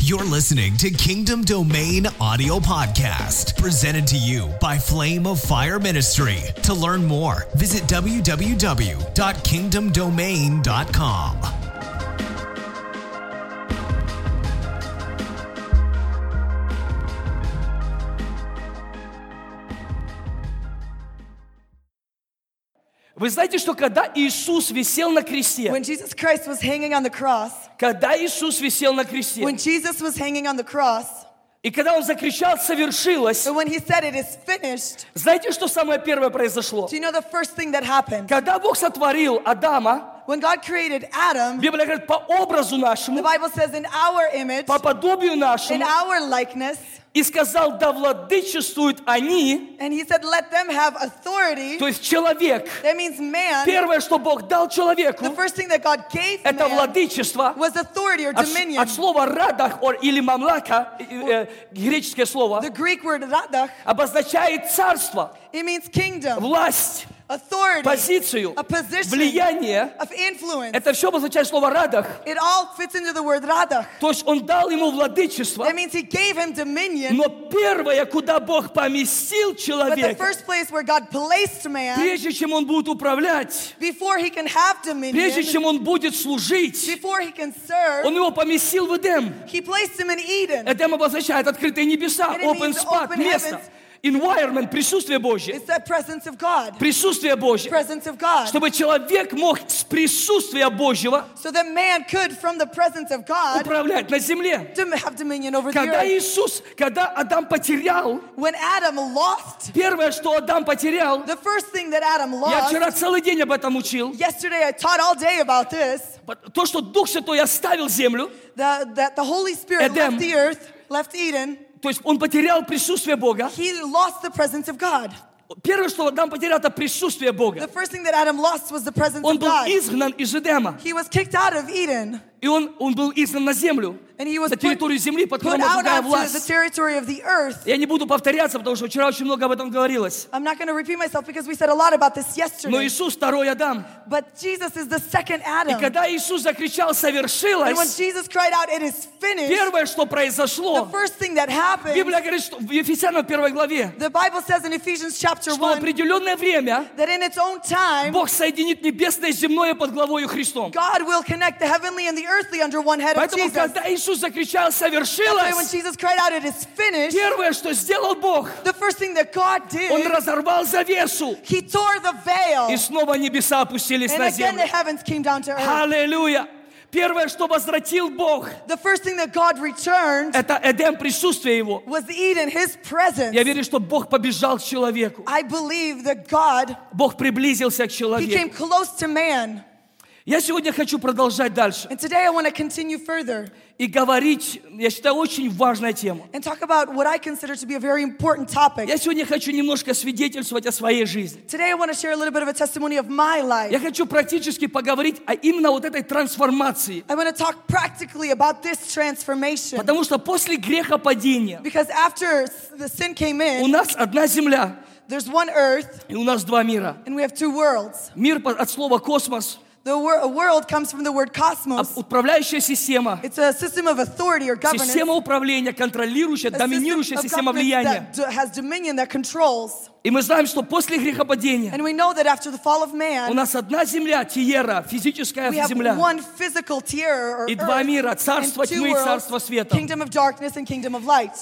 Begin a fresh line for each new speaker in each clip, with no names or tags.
You're listening to Kingdom Domain Audio Podcast, presented to you by Flame of Fire Ministry. To learn more, visit www.kingdomdomain.com.
Вы знаете, что когда Иисус висел на кресте,
When Jesus Christ was hanging on the cross,
когда Иисус висел на кресте,
when Jesus was hanging on the cross,
и когда Он закричал «совершилось»,
and when he said it is finished,
знаете, что самое первое произошло?
do you know the first thing that happened?
Когда Бог сотворил Адама,
When God created Adam,
Библия говорит, по образу
the
нашему,
Bible says, in our image,
по подобию
in
нашему,
our likeness,
и сказал, да владычествуют они,
and he said, let them have authority.
то есть человек.
That means man.
Первое, что Бог дал
The
человеку,
first thing that God gave
это
man
владычество.
was authority or
От,
dominion.
от слова «радах» or- или «мамлака», э, э, греческое слово,
The Greek word radach,
обозначает царство,
it means kingdom,
власть.
authority,
позицию,
a position
влияние.
of influence.
Это все обозначает слово «радах».
It all fits into the word radach.
То есть он дал ему владычество.
That means he gave him dominion.
Но первое, куда Бог поместил
But the
человека,
first place where God placed man,
прежде чем он будет управлять,
before he can have
прежде
dominion,
чем он будет служить,
before he can
он
serve,
его поместил в Эдем.
he placed him in Eden.
Эдем обозначает открытые небеса,
And it
open
means
spot,
open
место,
heavens.
environment, присутствие Божье.
It's the presence of God.
Присутствие Божье.
Presence of God.
Чтобы человек мог с присутствия Божьего
So that man could, from the presence of God,
управлять на земле.
dom- have dominion over the
Когда
earth.
Иисус, когда Адам потерял
When Adam lost,
Первое, что Адам потерял,
the first thing that Adam
я
lost,
вчера целый день об этом учил,
yesterday I taught all day about this,
то, что Дух Святой оставил землю,
the, that the Holy Spirit
Эдем.
left the earth, left Eden,
то есть он потерял присутствие Бога.
he lost the presence of God.
Первое, что Адам потерял, это присутствие
The
Бога.
first thing that Adam lost was the presence
Он
of
был
God.
изгнан из Эдема,
He was kicked out of Eden.
и он, он был изгнан на землю,
And he was
на территорию
put,
земли, под
put
которым
out
другая
onto the
власть.
territory of the earth.
Я не буду повторяться, потому что вчера очень много об этом говорилось.
I'm not going to repeat myself because we said a lot about this
Но
yesterday.
Иисус второй Адам.
But Jesus is the second
И
Adam.
когда Иисус закричал
And when
«совершилось»,
Jesus cried out, it is finished,
первое, что
the
произошло,
first thing that happened,
Библия говорит, что в Ефесянам первой главе,
the Bible says in Ephesians chapter
что в
1
определенное время
that in its own time,
Бог соединит небесное и земное под главою Христом.
God will connect the heavenly and the earthly under one head of
Поэтому,
Jesus. That's
когда Иисус закричал
why when
«совершилось»,
Jesus cried out, it is finished,
первое, что сделал Бог,
the first thing that God
Он
did,
разорвал завесу,
he tore the veil.
и снова небеса опустились
And
на
again,
землю.
the heavens came down to earth.
Аллилуйя! Первое, что возвратил Бог,
The first thing that God returned
это Эдем, присутствие Его.
was Eden, his presence.
Я верю, что Бог побежал к человеку.
I believe that God,
Бог приблизился к
he came
человеку.
close to man.
Я сегодня хочу продолжать дальше
And today I want to continue further
и говорить, я считаю, очень важная тема.
and talk about what I consider to be a very important topic.
Я сегодня хочу немножко свидетельствовать о своей жизни.
Today I want to share a little bit of a testimony of my
Я
life.
хочу практически поговорить о именно вот этой трансформации.
I want to talk practically about this transformation.
Потому что после грехопадения
Because after s- the sin came
у
in,
нас одна земля,
there's one earth
и у нас два мира.
and we have two worlds.
Мир по- от слова «космос»,
The wor- world comes from the word
а
cosmos.
управляющая система,
It's a system of authority or governance.
система управления, контролирующая,
a system
доминирующая
of
система
government
влияния.
that do- has dominion that controls.
И мы знаем, что после грехопадения
And we know that after the fall of
у
man,
нас одна земля, Тиера, физическая
we have
земля,
one physical tier or
и два
earth,
мира, царство
and two
тьмы и
worlds,
царство света.
kingdom of darkness and kingdom of light.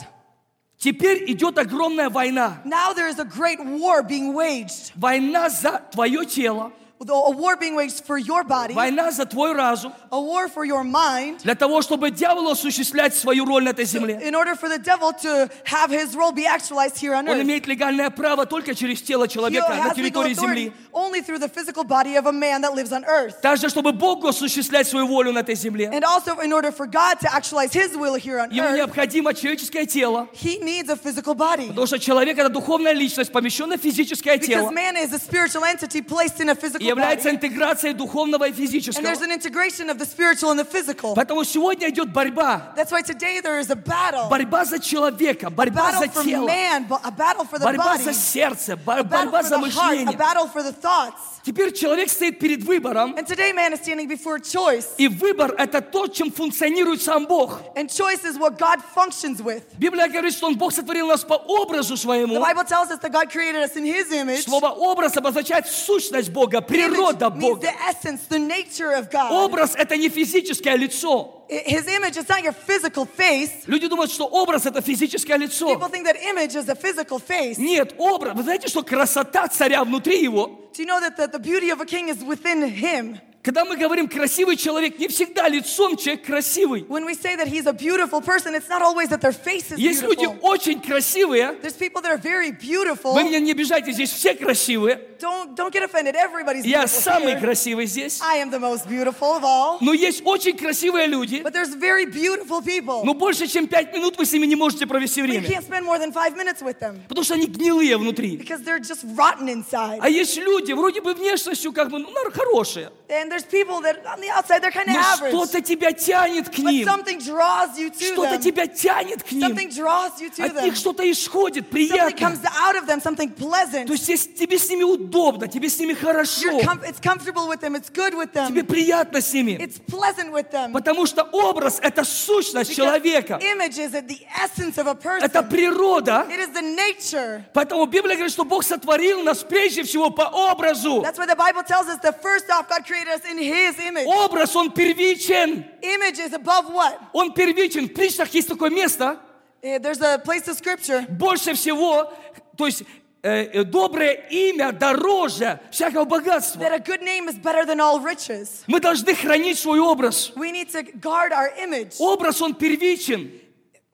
Теперь идет огромная война.
Now there is a great war being waged.
Война за твое тело,
Though A war being waged for your body,
война за твой разум,
a war for your mind,
для того, чтобы дьявол осуществлять свою роль на этой земле.
in order for the devil to have his role be actualized here on
Он
earth.
имеет легальное право только через тело
He
человека на
has legal
территории земли.
authority only through the physical body of a man that lives on earth.
Также, чтобы Богу осуществлять свою волю на этой земле,
And also, in order for God to actualize his will here on
ему
earth,
необходимо человеческое тело,
He needs a physical body.
потому что человек — это духовная личность, помещенная в физическое
Because
тело.
man is a spiritual entity placed in a physical
является
body.
интеграцией духовного и
And
физического.
there's an integration of the spiritual and the physical.
Поэтому сегодня идет борьба.
That's why today there is a battle.
Борьба за человека,
A
борьба за
battle for
тело,
man, bo- a battle for the
борьба
body,
за сердце, бо-
a battle
борьба
for
за
the heart, a
мышление.
battle for the thoughts.
Теперь человек стоит перед выбором,
And today man is standing before choice.
и выбор – это то, чем функционирует сам Бог.
And choice is what God functions with.
Библия говорит, что Он Бог сотворил нас по образу
The
своему.
Bible tells us that God created us in His image.
Слово «образ» обозначает сущность Бога, природа
Image means
Бога.
the Oh, essence, the nature of God.
Образ – это не физическое лицо.
I- His image is not your physical face.
Люди думают, что образ – это физическое лицо.
People think that image is a physical face.
Нет, образ. Вы знаете, что красота царя внутри его?
Do you know that the, the beauty of a king is within him?
Когда мы говорим «красивый человек», не всегда лицом человек красивый.
When we say that he's a beautiful person, it's not always that their face is
Есть люди
beautiful.
очень красивые.
There's people that are very beautiful.
Вы меня не обижайте, здесь все красивые.
Don't don't get offended. Everybody's
Я
beautiful.
самый
here.
красивый здесь.
I am the most beautiful of all.
Но есть очень красивые люди.
But there's very beautiful people.
Но больше, чем пять минут вы с ними не можете провести
But you
время.
can't spend more than five minutes with them
Потому что они гнилые внутри.
because they're just rotten inside.
А есть люди, вроде бы внешностью как бы, ну, нар- хорошие.
and there's people that on the outside they're kind of
Но
average.
что-то тебя тянет к
but
ним.
something draws you to
Что-то
them.
тебя тянет к ним.
Something draws you to
От
them.
них что-то исходит,
Something
приятно.
comes out of them, something pleasant.
То есть если тебе с ними удобно, тебе с ними хорошо,
You're com- it's comfortable with them, it's good with them,
тебе приятно с ними.
it's pleasant with them.
Потому что образ – это сущность
Because
человека.
Image is the essence of a person.
Это природа.
It is the nature.
Поэтому Библия говорит, что Бог сотворил нас прежде всего по образу.
That's why the Bible tells us that first off, God created us in His image.
Образ, он первичен.
Image is above what?
Он первичен. В притчах есть такое место.
Eh, There's a place of scripture.
Больше всего, то есть э, э, доброе имя дороже всякого богатства.
That a good name is better than all riches.
Мы должны хранить свой образ.
We need to guard our image.
Образ, он первичен.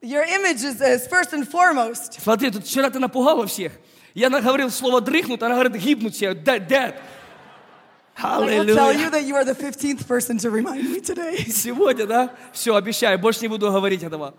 Your image is, is first and foremost.
Смотри, тут вчера ты напугала всех. Я наговорил слово «дрыхнут», она говорит «гибнуть все». Dead, dead.
I will tell you
Аллилуйя.
that you are the 15th person to remind me today.
Сегодня, да? Все, обещаю, больше не буду говорить этого.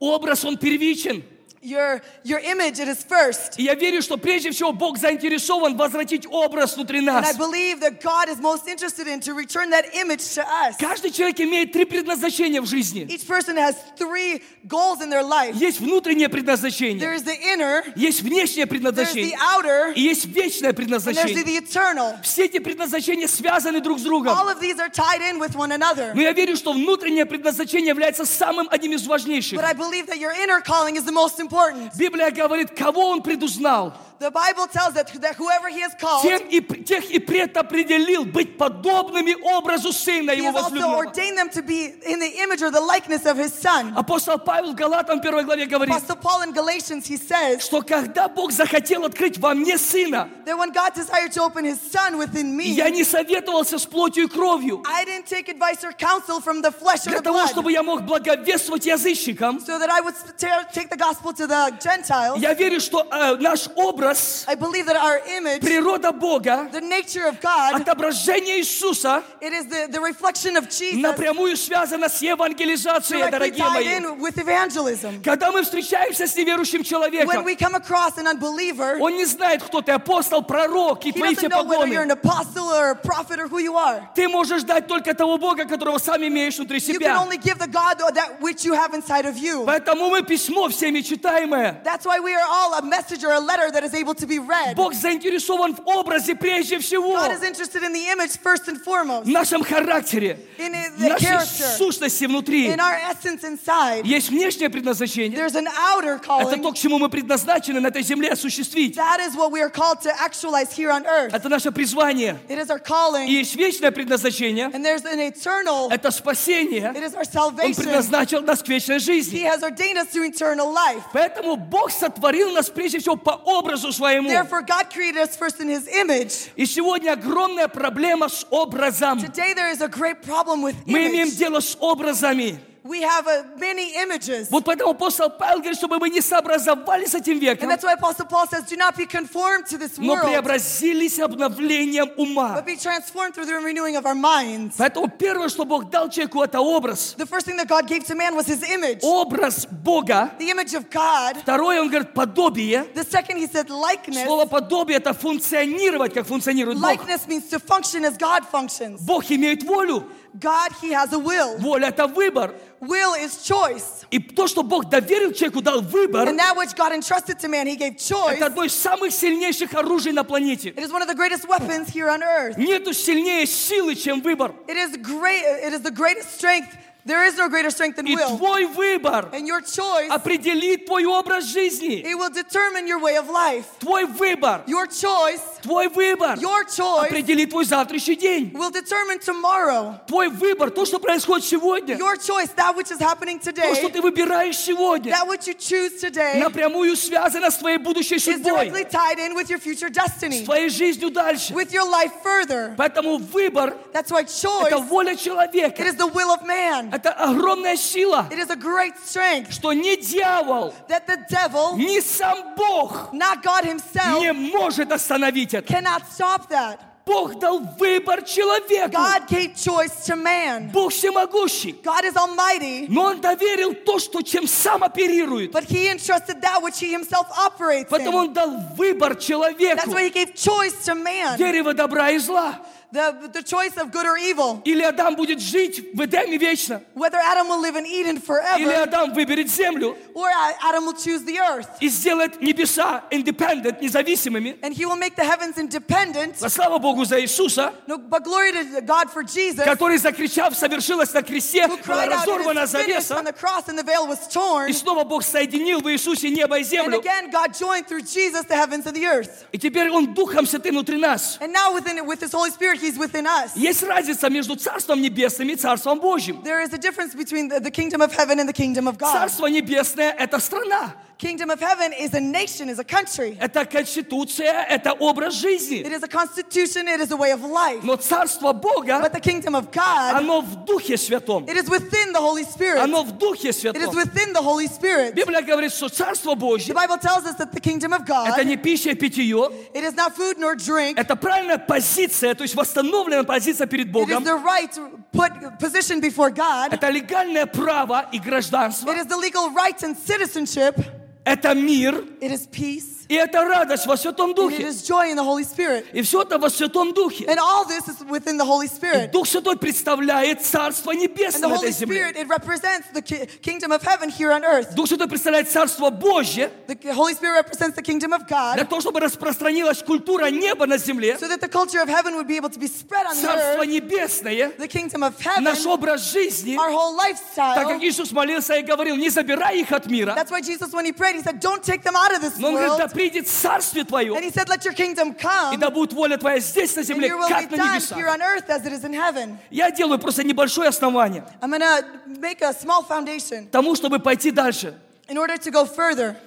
Образ, он первичен.
Your, your image, it is first.
И я верю, что прежде всего Бог заинтересован возвратить образ внутри
And I
нас.
believe that God is most interested in to return that image to us.
Каждый человек имеет три предназначения в жизни.
Each person has three goals in their life.
Есть внутреннее предназначение,
There is the inner,
есть внешнее
there's the
предназначение
outer,
и есть вечное
and there's the,
предназначение.
the eternal.
Все эти предназначения связаны друг с другом.
All of these are tied in with one another.
Но я верю, что внутреннее предназначение является самым одним из важнейших.
But I believe that your inner calling is the most important.
Библия говорит, кого он предузнал,
The Bible tells us that whoever he has called,
тем и, пр- тех и предопределил быть подобными образу Сына
he
Его
has also
возлюбленного.
ordained them to be in the image or the likeness of his son.
Апостол Павел в Галатам 1 главе говорит,
Apostle Paul in Galatians, he says
что когда Бог захотел открыть во мне Сына,
that when God desired to open his son within me,
я не советовался с плотью и кровью,
I didn't take advice or counsel from the flesh or
для
the
того,
blood,
чтобы я мог благовествовать язычникам.
so that I would ta- take the gospel to the Gentiles.
Я верю, что э, наш образ,
I believe that our image,
природа Бога,
the nature of God,
отображение Иисуса
it is the, the reflection of Jesus
напрямую связано с евангелизацией,
directly
дорогие
tied
мои.
in with evangelism.
Когда мы встречаемся с неверующим
When
человеком,
we come across an unbeliever,
он не знает, кто ты, апостол, пророк и
He
твои
doesn't
все
know whether you're an
погоны.
apostle or a prophet or who you are.
Ты можешь дать только того Бога, которого сам имеешь внутри
You can
себя.
only give the God that which you have inside of you.
Поэтому мы письмо всеми читаемое.
That's why we are all a message or a letter that is able to be read.
Бог заинтересован в образе прежде всего,
God is interested in the image first and
в
foremost,
нашем характере,
in
в
i- the
нашей
character,
сущности внутри.
in our essence inside.
Есть внешнее предназначение.
There's an outer
Это то,
calling.
к чему мы предназначены на этой земле осуществить.
That is what we are called to actualize here on earth.
Это наше призвание.
It is our
И
calling,
есть вечное предназначение.
and there's an eternal.
Это спасение.
It is our
Он
salvation.
предназначил нас к вечной
He
жизни.
has ordained us to eternal life.
Поэтому Бог сотворил нас прежде всего по образу своему.
Therefore, God created us first in His image.
И сегодня огромная проблема с образом.
Today there is a great problem with
Мы имеем
image.
дело с образами.
We have uh, many images.
Вот поэтому апостол Павел говорит, чтобы мы не сообразовали с этим
And
веком,
that's why Apostle Paul says, do not be conformed to this
но
world,
преобразились обновлением ума.
but be transformed through the renewing of our minds.
Поэтому первое, что Бог дал человеку, это образ.
The first thing that God gave to man was his image,
Oh.
the
Образ Бога.
image of God.
Второе, он говорит, подобие.
The second, he said, likeness.
Слово подобие – это функционировать, как функционирует Бог.
Likeness means to function as God functions.
Бог имеет волю.
God, he has a will.
Воля – это выбор.
Will is choice.
И то, что Бог доверил человеку, дал выбор,
And that which God entrusted to man, he gave choice.
это одно из самых сильнейших оружий на планете.
It is one of the greatest weapons here on earth.
Нету сильнее силы, чем выбор.
It is great. It is the greatest strength. There is no greater strength than
И
will.
твой выбор
And your choice,
определит твой образ жизни.
it will determine your way of life.
Твой выбор,
Your choice,
твой выбор
your choice
определит твой завтрашний день.
will determine tomorrow.
Твой выбор, то, что происходит сегодня,
Your choice, that which is happening
то, что
today,
ты выбираешь сегодня,
that which you choose today,
напрямую связано с твоей будущей
is directly
судьбой,
tied in with your future
с
destiny,
твоей жизнью дальше.
with your life further.
Поэтому выбор
That's
–
why
это
choice,
воля
it
человека.
is the will of man.
Это огромная сила,
It is a great strength
что ни дьявол,
that the devil,
ни сам Бог
not God
не
himself,
может остановить это.
cannot stop that.
Бог дал выбор человеку.
God gave choice to man.
Бог всемогущий.
God is almighty,
Но он доверил то, что чем сам оперирует.
but he entrusted that which he himself operates
Поэтому
in.
он дал выбор
That's
человеку.
why he gave choice to man,
Дерево добра и зла.
the, the choice of good or evil,
Или Адам будет жить в Эдеме вечно.
whether Adam will live in Eden
Или
forever
Адам выберет землю
or A- Adam will choose the earth.
и сделает небеса independent, независимыми.
And he will make the heavens independent.
Но слава Богу за Иисуса,
No, but glory to God for Jesus,
который, закричав, совершилось на кресте,
who
была
cried out, "It
разорвана
is finished,"
завеса.
on the cross and the veil was torn.
И снова Бог соединил в Иисусе небо и
And
землю.
again, God joined through Jesus the heavens and the earth.
И теперь Он Духом Святым внутри нас.
And now within with his Holy Spirit, he's within us.
Есть разница между Царством Небесным и Царством Божьим.
There is a difference between the, the kingdom of heaven and the kingdom of God.
Царство Небесное – это страна,
Kingdom of heaven is a nation, is a country.
это конституция, это образ
It
жизни.
is a constitution, it is a way of life.
Но Царство Бога,
But the kingdom of God,
оно в Духе Святом.
it is within the Holy Spirit.
Оно в Духе
It is
Святом.
within the Holy Spirit.
Библия говорит, что Царство
The
Божье
Bible tells us that the kingdom of
– это
God,
не пища и питье,
it is not food nor drink.
это правильная позиция, то есть восстановленная позиция перед
It is
Богом.
the right to put position before God.
Это легальное право и гражданство.
It is the legal rights and citizenship.
Это мир,
It is peace.
и это радость во Святом
And it
Духе.
is joy in the Holy Spirit.
И все это во Святом Духе.
And all this is within the Holy
И
Spirit.
Дух Святой представляет Царство
And the
Небесное на
Holy
этой земле.
Spirit, it represents the ki- kingdom of heaven here on earth.
Дух Святой представляет Царство Божье
The Holy Spirit represents the kingdom of God.
для того, чтобы распространилась культура неба на земле.
so that the culture of heaven would be able to be spread on the
Царство
earth,
Небесное,
the kingdom of heaven,
наш образ жизни,
our whole
так
lifestyle.
как Иисус молился и говорил, не забирай их от мира,
That's why Jesus, when he prayed, he said, Don't take them out of this
но Он говорит, да
world.
придет Царствие
And
Твое,
he said, Let your kingdom
и
come,
да будет воля Твоя здесь на
and
земле,
your will
как на
be done here
небесах.
on earth as it is in heaven.
Я делаю просто небольшое основание
I'm going to make a small foundation
тому, чтобы пойти дальше.
in order to go further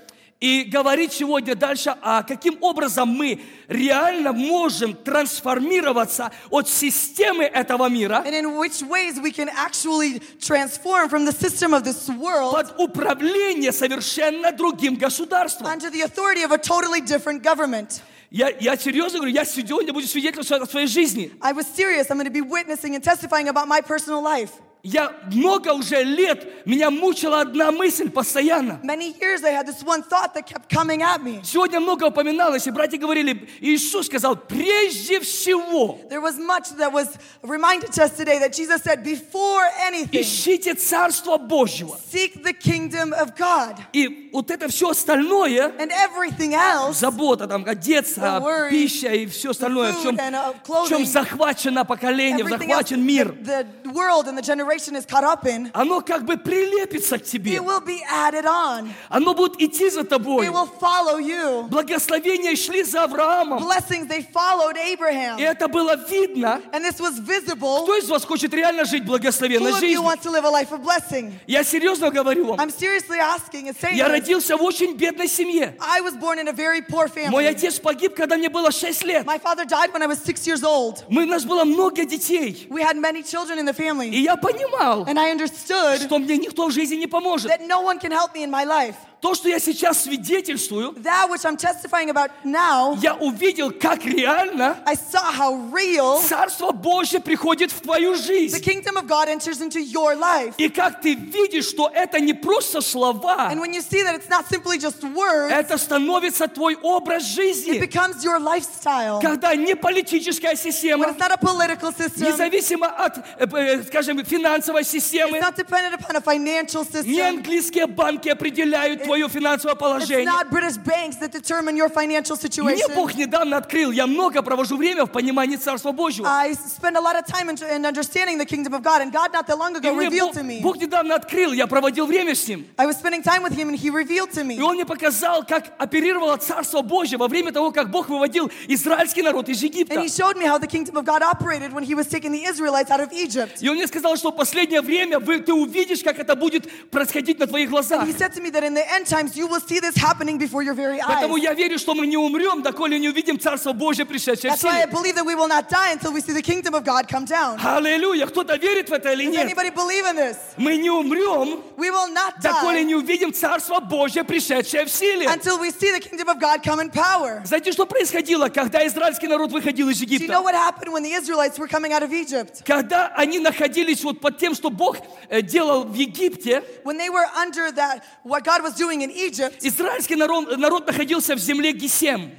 И говорить сегодня дальше, а каким образом мы реально можем трансформироваться от системы этого мира
and in which ways we can actually transform from the system of this world
под управление совершенно другим государством.
under the authority of a totally different government.
Я, я серьезно говорю, я сегодня буду свидетельствовать о своей жизни.
I was serious. I'm going to be witnessing and testifying about my personal life.
Я много уже лет, меня мучила одна мысль постоянно.
Many years I had this one thought that kept coming at me.
Сегодня много упоминалось, и братья говорили, Иисус сказал, прежде всего,
There was much that was reminded to us today that Jesus said, before anything,
ищите Царство Божьего.
seek the kingdom of God.
И вот это все остальное,
And everything else,
забота, там,
The
одеться,
worry,
пища и все остальное, в чем,
food and, uh,
в чем
clothing.
захвачено поколение,
everything else
захвачен мир,
that the world and the generation is caught up in,
оно как бы прилепится к тебе.
it will be added on.
Оно будет идти за тобой.
It will follow you.
Благословения шли за Авраамом.
Blessings, they followed
И
Abraham.
это было видно.
And this was visible.
Кто из вас хочет реально жить благословенной
Who of you
жизнью?
wants to live a life of blessing?
Я серьезно говорю вам.
I'm seriously asking and saying,
Я
this.
родился в очень бедной семье.
I was born in a very poor
Мой
family.
отец погиб, когда мне было 6 лет.
My father died when I was six years old.
Мы, у нас было много детей.
We had many children in the family.
И я понимал,
And I understood
что мне никто в жизни не поможет.
that no one can help me in my life.
То, что я сейчас свидетельствую,
That which I'm testifying about now,
я увидел, как реально
I saw how real
Царство Божье приходит в твою
the
жизнь.
kingdom of God enters into your life.
И как ты видишь, что это не просто слова,
And when you see that it's not simply just words,
это становится твой образ
it
жизни.
becomes your lifestyle.
Когда не политическая
When
система,
it's not a political system,
независимо от, э, э, скажем, финансовой системы,
it's not dependent upon a financial
не
system.
английские банки определяют твое финансовое
It's
положение.
not British banks that determine your financial
Мне
situation.
Бог недавно открыл, я много провожу время в понимании Царства Божьего.
I spend a lot of time in, in understanding the kingdom of God, and God not that long
И
ago
мне
revealed
Бог,
to me.
Бог недавно открыл, я проводил время с ним.
I was spending time with Him, and He revealed to
И
me.
он мне показал, как оперировало Царство Божье во время того, как Бог выводил израильский народ из
And
Египта.
He showed me how the kingdom of God operated when He was taking the Israelites out of Egypt.
И он мне сказал, что в последнее время вы- ты увидишь, как это будет происходить на твоих глазах.
He said to me that in the end times you will see this happening before your very
Поэтому
eyes.
я верю, что мы не умрем, доколе не увидим Царство Божье, пришедшее в
That's why I
силе.
believe that we will not die until we see the kingdom of God come down.
Аллилуйя! Кто-то верит в это или
Does
нет?
anybody believe in this?
Мы не умрем,
We will not
доколе
die
не увидим Царство Божье, пришедшее в силе.
until we see the kingdom of God come in power.
Знаете, что происходило, когда израильский народ выходил из
Do you know
Египта?
what happened when the Israelites were coming out of Egypt?
Когда они находились вот под тем, что Бог э, делал в Египте,
When they were under that, what God was doing in Egypt,
израильский народ, народ находился в земле Гесем.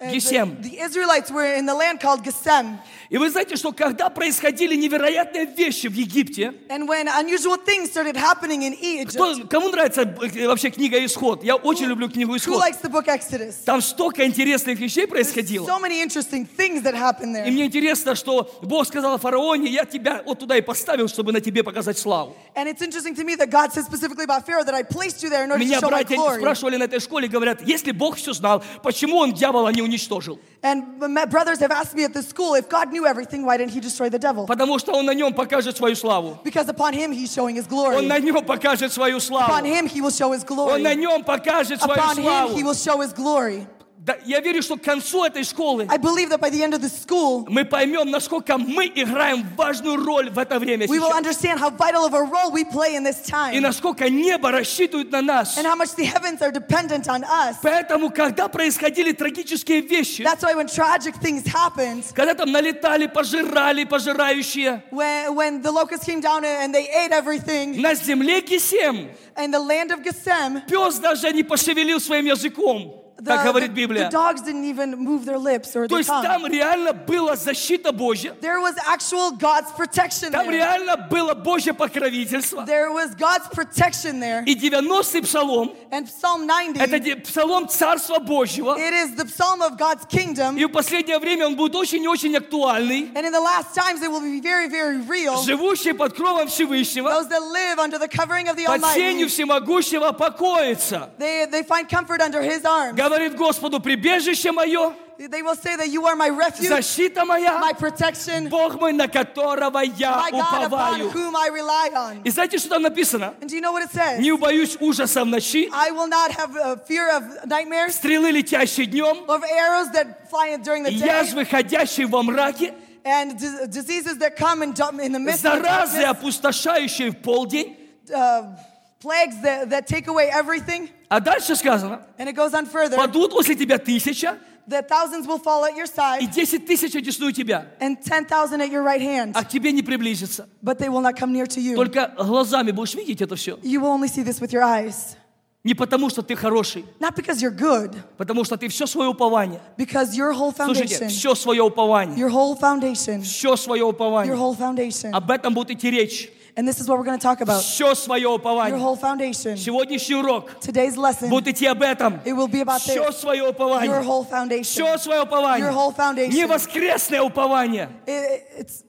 uh,
Гесем.
the, the Israelites were in the land called Gesem.
И вы знаете, что когда происходили невероятные вещи в Египте,
And when unusual things started happening in Egypt,
кто, кому нравится э, вообще книга «Исход»? Я очень люблю книгу
who
«Исход».
likes the book Exodus?
Там столько интересных вещей происходило.
So many interesting things that happened
И
there.
мне интересно, что Бог сказал фараоне, я тебя вот туда и поставил, чтобы на тебе показать славу.
And it's interesting to me that God said specifically about Pharaoh that I placed you there in order to
Меня
show my
братья
glory.
спрашивали на этой школе, говорят, если Бог все знал, почему он дьявола не уничтожил?
And my brothers have asked me at the school, if God knew everything, why didn't he destroy the devil?
Потому что он на нем покажет свою славу.
Because upon him he's showing his
Он
glory.
на нем покажет свою
Upon
славу.
him he will show his
Он на
glory.
нем покажет свою
Upon him he
славу.
will show his glory.
Да, я верю, что к концу этой школы
I believe that by the end of the school,
мы поймем, насколько мы играем важную роль в это время
we will
сейчас.
understand how vital of a role we play in this
И
time
насколько небо рассчитывает на нас.
and how much the heavens are dependent on us.
Поэтому, когда происходили трагические вещи,
That's why when tragic things happened,
когда там налетали, пожирали, пожирающие,
when, when the locusts came down and they ate everything,
на земле Гесем
and the land of Gesem,
пес даже не пошевелил своим языком,
the,
так говорит
the, the
Библия.
dogs didn't even move their lips or
То
their
есть
tongue.
там реально была защита Божья,
There was actual God's protection
там
there.
реально было Божье покровительство.
There was God's protection there.
И 90-й псалом,
And Psalm 90,
это де- псалом Царства Божьего,
it is the psalm of God's kingdom.
и в последнее время он будет очень и очень актуальный.
And in the last times, it will be very, very real.
Живущий под кровом Всевышшего,
Those that live under the covering of the
под
Almighty,
сенью Всемогущего покоится.
they, they find comfort under His arms.
Говорит Господу, прибежище мое,
They will say that you are my refuge,
защита моя,
my protection,
Бог мой, на которого я
my God upon
уповаю.
whom I rely on.
И знаете, что там написано?
And do you know what it says?
Не убоюсь ужаса в ночи,
I will not have uh, fear of nightmares,
стрелы, летящие днем,
of arrows that fly during the day,
язвы, ходящие во мраке,
and dis- diseases that come in, dom- in the midst of the
заразы,
darkness,
опустошающие в полдень.
uh, plagues that, that take away everything.
А дальше сказано,
And it goes on further.
падут после тебя тысяча,
The thousands will fall at your
и
side
десять тысяч одесную тебя,
and 10,000 at your right hand,
а к тебе не приблизится.
but they will not come near to you.
Только глазами будешь видеть это все.
You will only see this with your eyes.
Не потому, что ты хороший,
Not because you're good,
потому что ты все свое упование.
because your whole
Слушайте,
foundation,
все свое упование.
your whole foundation,
Все свое
your
упование.
whole foundation.
Об этом будет идти речь.
And this is what we're going to talk about.
Все свое
Your
упование.
whole foundation.
Сегодняшний урок
Today's lesson,
будет идти об этом.
it will be about
Все
this.
свое
Your
упование.
whole foundation.
Все свое упование.
Your whole foundation.
Не воскресное упование.
It- it's,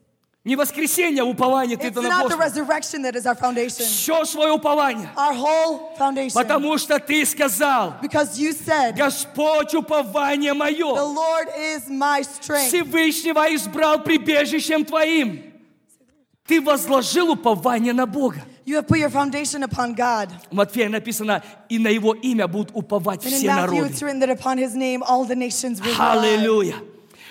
Не воскресенье упование ты
it's
это
not the
на
resurrection that is our foundation.
Все свое упование.
Our whole foundation.
Потому что ты сказал,
Because you said,
Господь упование
the
мое.
Lord is my strength.
Всевышнего избрал прибежищем твоим. Ты возложил упование на Бога.
You have put your foundation upon God.
В Матфея написано, и на его имя будут уповать
And in
все
Matthew,
народы.
it's written that upon his name all the nations will rely.
Аллилуйя.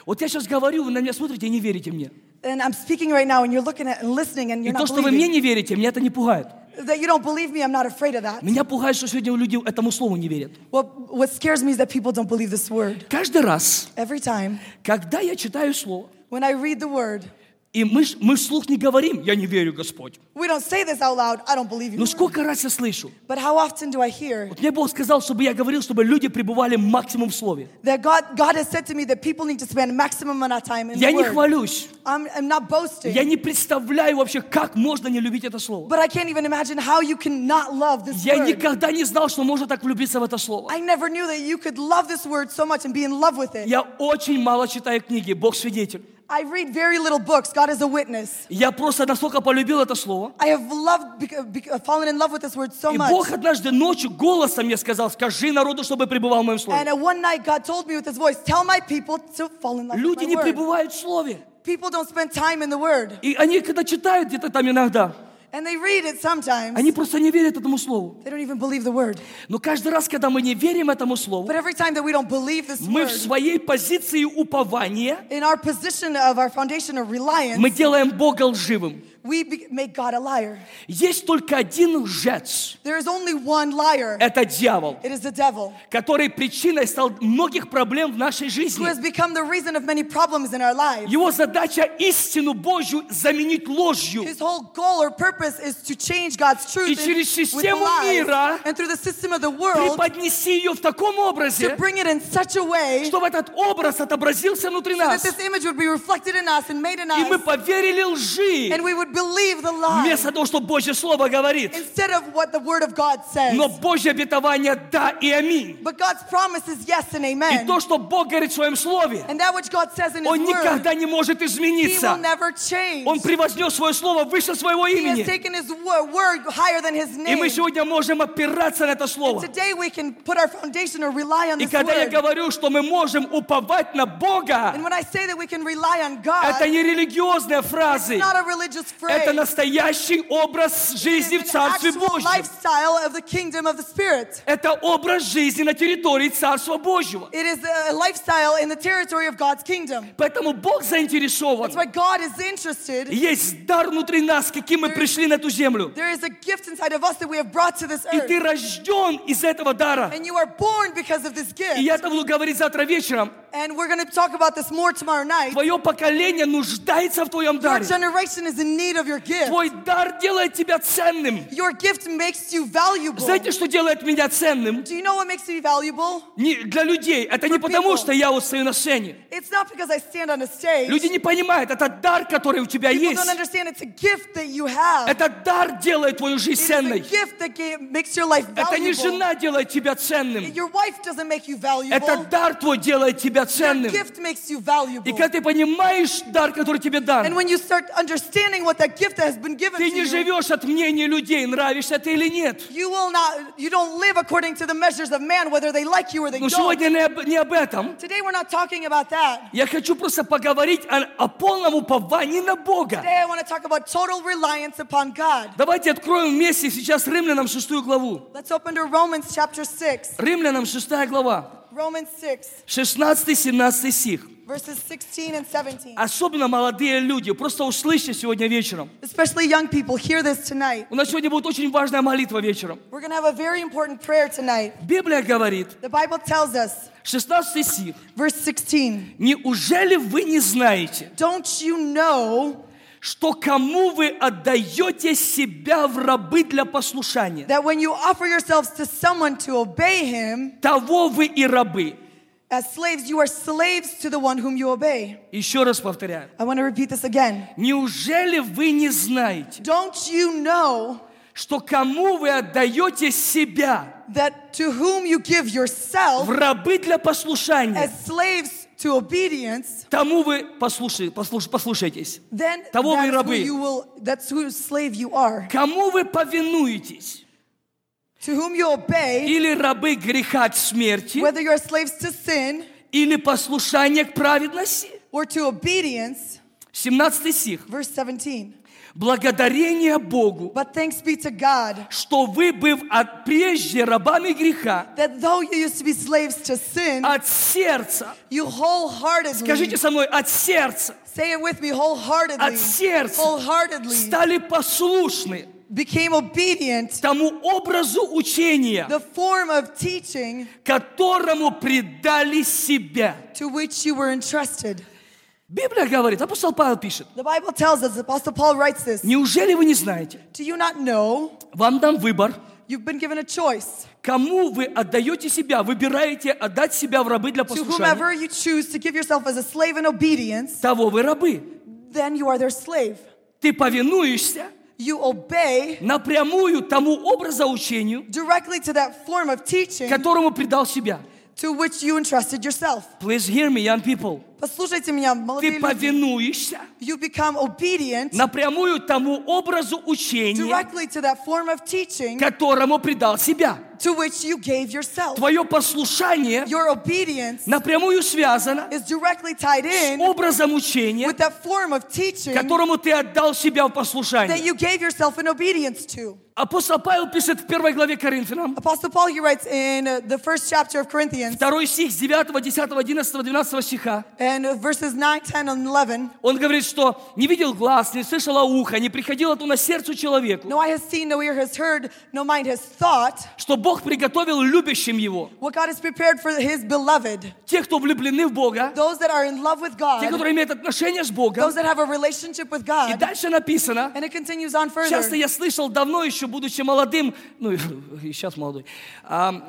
Вот я сейчас говорю, вы на меня смотрите и не верите мне.
And I'm speaking right now, and you're looking at and listening, and
И
you're
то,
not
что вы мне
believing.
не верите, меня это не пугает.
That you don't believe me, I'm not afraid of that.
Меня пугает, что сегодня люди этому слову не верят.
What, what scares me is that people don't believe this word.
Каждый раз,
Every time
когда я читаю слово,
when I read the word,
и мы, ж- мы вслух не говорим, я не верю, Господь.
we don't say this out loud, I don't believe you.
Но сколько раз я слышу?
But how often do I hear
Мне Бог сказал, чтобы я говорил, чтобы люди пребывали максимум в слове.
that God, God has said to me that people need to spend maximum amount of time in
Я
the
не
word?
хвалюсь.
I'm, I'm not boasting,
Я не представляю вообще, как можно не любить это слово.
but I can't even imagine how you can not love this
Я
word.
никогда не знал, что можно так влюбиться в это слово.
I never knew that you could love this word so much and be in love with it.
Я очень мало читаю книги, Бог свидетель.
I read very little books. God is a witness.
Я просто настолько полюбил это слово.
I have loved, bec- bec- fallen in love with this word so
И
much.
Бог однажды ночью голосом мне сказал, скажи народу, чтобы пребывал в моем
And
слове.
uh, one night God told me with his voice, tell my people to fall in love
Люди не
with my word.
пребывают в слове.
People don't spend time in the word.
И они, когда читают где-то там иногда,
And they read it sometimes.
они просто не верят этому слову.
They don't even believe the word.
Но каждый раз, когда мы не верим этому слову,
But every time that we don't believe this
мы в
word,
своей позиции упования,
in our position of our foundation of reliance,
мы делаем Бога лживым.
we be- make God a liar.
Есть только один лжец.
There is only one liar.
Это дьявол,
It is the devil,
который причиной стал многих проблем в нашей
who
жизни.
has become the reason of many problems in our lives.
Его задача истину Божью заменить ложью.
His whole goal or purpose is to change God's truth
И
in-
через
with
систему
lies,
мира
and through the system of the world
Преподнеси ее в таком
to
образе,
bring it in such a way
чтобы этот образ отобразился внутри
that
нас.
this image would be reflected in us and made in
И мы
us,
поверили лжи,
and we would believe the lie
вместо того, что Божье Слово говорит.
instead of what the Word of God says.
Но Божье обетование – да и аминь.
But God's promise is yes and
И
amen.
то, что Бог говорит в Своем Слове,
And that which God says in His
Он
Word,
никогда не может
He will
измениться.
never change.
Он превознес Свое Слово выше Своего
He has
имени.
taken His wo- Word higher than His
И
name.
мы сегодня можем опираться на это Слово.
Today we can put our foundation or rely on
И
this
когда я
Word.
говорю, что мы можем уповать на
And
Бога,
when I say that we can rely on God,
это не религиозные фразы.
not a religious phrase.
Это настоящий образ
It's
жизни в
an
Царстве
actual
Божьем.
lifestyle of the kingdom of the Spirit.
Это образ жизни на территории Царства Божьего.
It is a lifestyle in the territory of God's kingdom.
Поэтому Бог заинтересован.
That's why God is interested.
Есть дар внутри нас, каким мы пришли на эту землю.
There is a gift inside of us that we have brought to this
И
earth.
ты рожден из этого дара.
And you are born because of this
И я
gift.
это буду говорить завтра вечером.
And we're going to talk about this more tomorrow night.
Твое поколение нуждается в твоем
Your
даре.
generation is in need of your gift.
Твой дар делает тебя ценным.
Your gift makes you valuable.
Знаете, что делает меня ценным?
Do you know what makes me valuable?
Не- для людей. Это не потому,
people.
что я вот стою на сцене.
It's not because I stand on a stage.
Люди не понимают, это дар, который у тебя
People
есть.
don't understand it's a gift that you have.
Этот дар делает твою жизнь
It is a
ценной.
gift that ga- makes your life
Это не
valuable.
жена делает тебя ценным.
Your wife doesn't make you valuable.
Это дар твой делает тебя
Your
ценным.
gift makes you
И
valuable.
когда ты понимаешь дар, который тебе
And
дан,
when you start understanding what that gift that has been given
ты
to
не
you,
живешь от мнения людей, нравишься ты или нет.
you will not, you don't live according to the measures of man, whether they like you or they
Но
don't.
сегодня не об, не об этом.
Today we're not talking about that.
Я хочу просто поговорить о, о полном уповании на Бога.
Today I want to talk about total reliance upon God.
Давайте откроем вместе сейчас Римлянам 6 главу.
Let's open to Romans chapter 6.
Римлянам 6 глава,
Romans 6,
16-17 стих.
verses 16 and 17.
Особенно молодые люди, просто услышьте сегодня вечером.
Especially young people, hear this tonight.
У нас сегодня будет очень важная молитва вечером.
We're going to have a very important prayer tonight.
Библия говорит,
The Bible tells us,
16 стих,
verse 16,
неужели вы не знаете,
don't you know
что кому вы отдаете себя в рабы для послушания?
that when you offer yourselves to someone to obey him,
Того вы и рабы.
as slaves, you are slaves to the one whom you obey?
Еще раз повторяю.
I want to repeat this again.
Неужели вы не знаете,
Don't you know
что кому вы отдаете себя
that to whom you give
в
yourself
рабы для послушания?
as slaves to obedience,
Тому вы послушай- послуш- послушайтесь.
then
Того вы и
that's who
рабы.
you will that's who slave you are.
Кому вы повинуетесь?
To whom you obey,
Или рабы греха от смерти,
whether you're slaves to sin
или послушание к праведности?
or to obedience,
17 стих.
verse 17.
Благодарение Богу,
But thanks be to God
что вы, быв от прежде рабами греха,
that though you used to be slaves to sin,
от сердца,
you wholeheartedly,
скажите со мной, от сердца,
say it with me, wholeheartedly,
от сердца
wholeheartedly
стали послушны
became obedient
тому образу учения,
the form of teaching
которому предали себя.
to which you were entrusted.
Библия говорит, апостол Павел пишет,
The Bible tells us, Apostle Paul writes this,
неужели вы не знаете,
do you not know
вам дан выбор,
you've been given a choice
кому вы отдаете себя, выбираете отдать себя в рабы для
to
послушания,
whomever you choose to give yourself as a slave in obedience,
того вы рабы.
then you are their slave.
Ты повинуешься
You obey
напрямую тому образа учению,
directly to that form of teaching
которому предал себя.
to which you entrusted yourself.
Please hear me, young people.
Послушайте меня, молодые
Ты
люди.
повинуешься
You become obedient
напрямую тому образу учения,
directly to that form of teaching
которому предал себя.
to which you gave yourself.
Твое послушание
Your obedience
напрямую связано
is directly tied
с
in
образом учения,
with that form of teaching
которому ты отдал себя в
that
послушание.
you gave yourself in obedience to.
Апостол Павел пишет в первой главе Коринфянам,
Apostle Paul, he writes in uh, the first chapter of Corinthians
второй стих с 9, 10, 11, 12 стиха.
and uh, verses 9, 10, and 11.
Он говорит, что не видел глаз, не слышало ухо, не приходило то на сердце человеку,
No eye has seen, no ear has heard, no mind has thought
что Бог приготовил любящим его.
what God has prepared for his beloved.
Те, кто влюблены в Бога,
Those that are in love with
те,
God,
которые имеют отношение с Богом.
those that have a relationship with
И
God.
дальше написано,
And it continues on
часто
further.
я слышал давно еще, будучи молодым, ну и сейчас молодой, ам,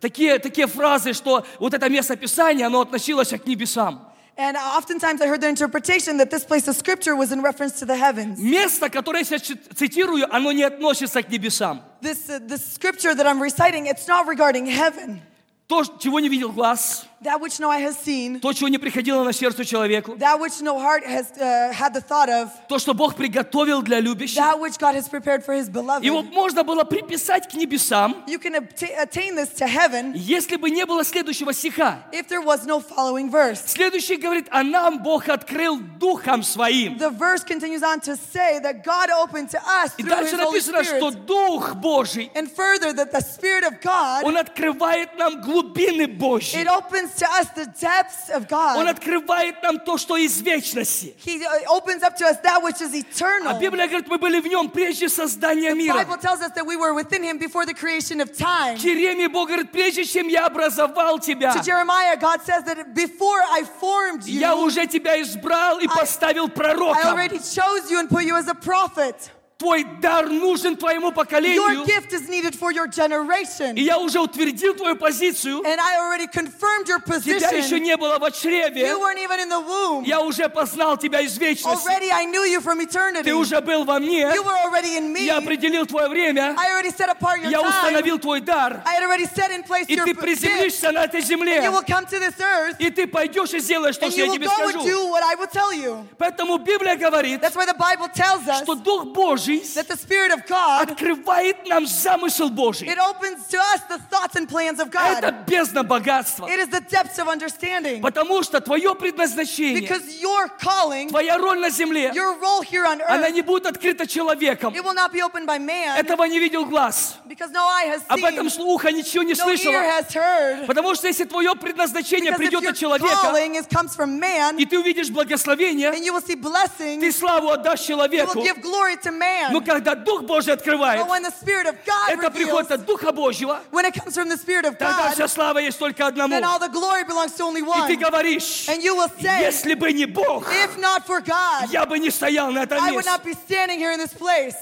такие, такие фразы, что вот это место Писания, оно относилось к небесам.
And oftentimes I heard the interpretation that this place of scripture was in reference to the heavens.
Место, которое я сейчас чит- цитирую, оно не относится к небесам.
This, uh, this scripture that I'm reciting, it's not regarding heaven.
То, чего не видел глаз,
That which no eye has seen,
то, чего не приходило на сердце человеку,
that which no heart has uh, had the thought of,
то, что Бог приготовил для любящих.
that which God has prepared for his beloved.
Его можно было приписать к небесам,
You can obta- attain this to heaven
если бы не было следующего стиха.
if there was no following verse.
Следующий говорит, а нам Бог открыл духом своим.
The verse continues on to say that God opened to us
И
through his
дальше
Holy
написано, что
Spirit.
Дух Божий,
And further, that the Spirit of God,
Он открывает нам глубины Божьи.
it opens to us the depths of
Он
God.
открывает нам то, что из вечности.
He uh, opens up to us that which is
А
eternal. The
Библия говорит, мы были в Нем прежде создания
Bible
мира.
tells us that we were within him before the creation of time.
Еремии Бог говорит, прежде чем я образовал тебя,
To Jeremiah, God says that before I formed you,
я уже тебя избрал и поставил
I
пророком.
already chose you and put you as a prophet.
Твой дар нужен твоему
Your
поколению.
gift is needed for your generation.
И я уже утвердил твою позицию.
And I already confirmed your
Тебя еще
position.
не было в чреве.
You weren't even in the womb.
Я уже познал тебя из вечности.
Already I knew you from eternity.
Ты
You
уже был во мне.
were already in me.
Я
I
определил твое время.
already set apart your
Я
time.
установил твой дар.
I had already set in place
И
your
ты
gift.
приземлишься на этой земле.
You will come to this earth
И ты пойдешь и сделаешь то,
and
что
you
я
will
тебе
go and
скажу.
do what I will tell you.
Поэтому Библия говорит,
That's why the Bible tells us
что Дух Божий
that the Spirit of God,
открывает нам замысел Божий.
it opens to us the thoughts and plans of
Это
God.
бездна богатства.
It is the depths of understanding.
Потому что твое предназначение,
Because your calling,
твоя роль на земле,
your role here on
она
earth,
не будет открыта человеком.
it will not be opened by man
Этого не видел глаз.
because no eye has
Об этом
seen
слуха ничего не
No ear
слышало.
has heard.
Потому что если твое предназначение
Because
придет от
if your
человека,
calling is, comes from man,
и ты увидишь благословение,
and you will see blessing,
ты
you
славу отдашь
will
человеку.
give glory to man.
Но когда Дух Божий открывает,
But when the Spirit of God
это
reveals,
приходит от Духа Божьего,
when it comes from the Spirit of
тогда
God,
вся слава есть только одному.
then all the glory belongs to only
И ты
one.
говоришь,
And you will say,
если бы не Бог,
if not for God,
я бы не стоял на этом
I would
месте.
not be standing here in this place.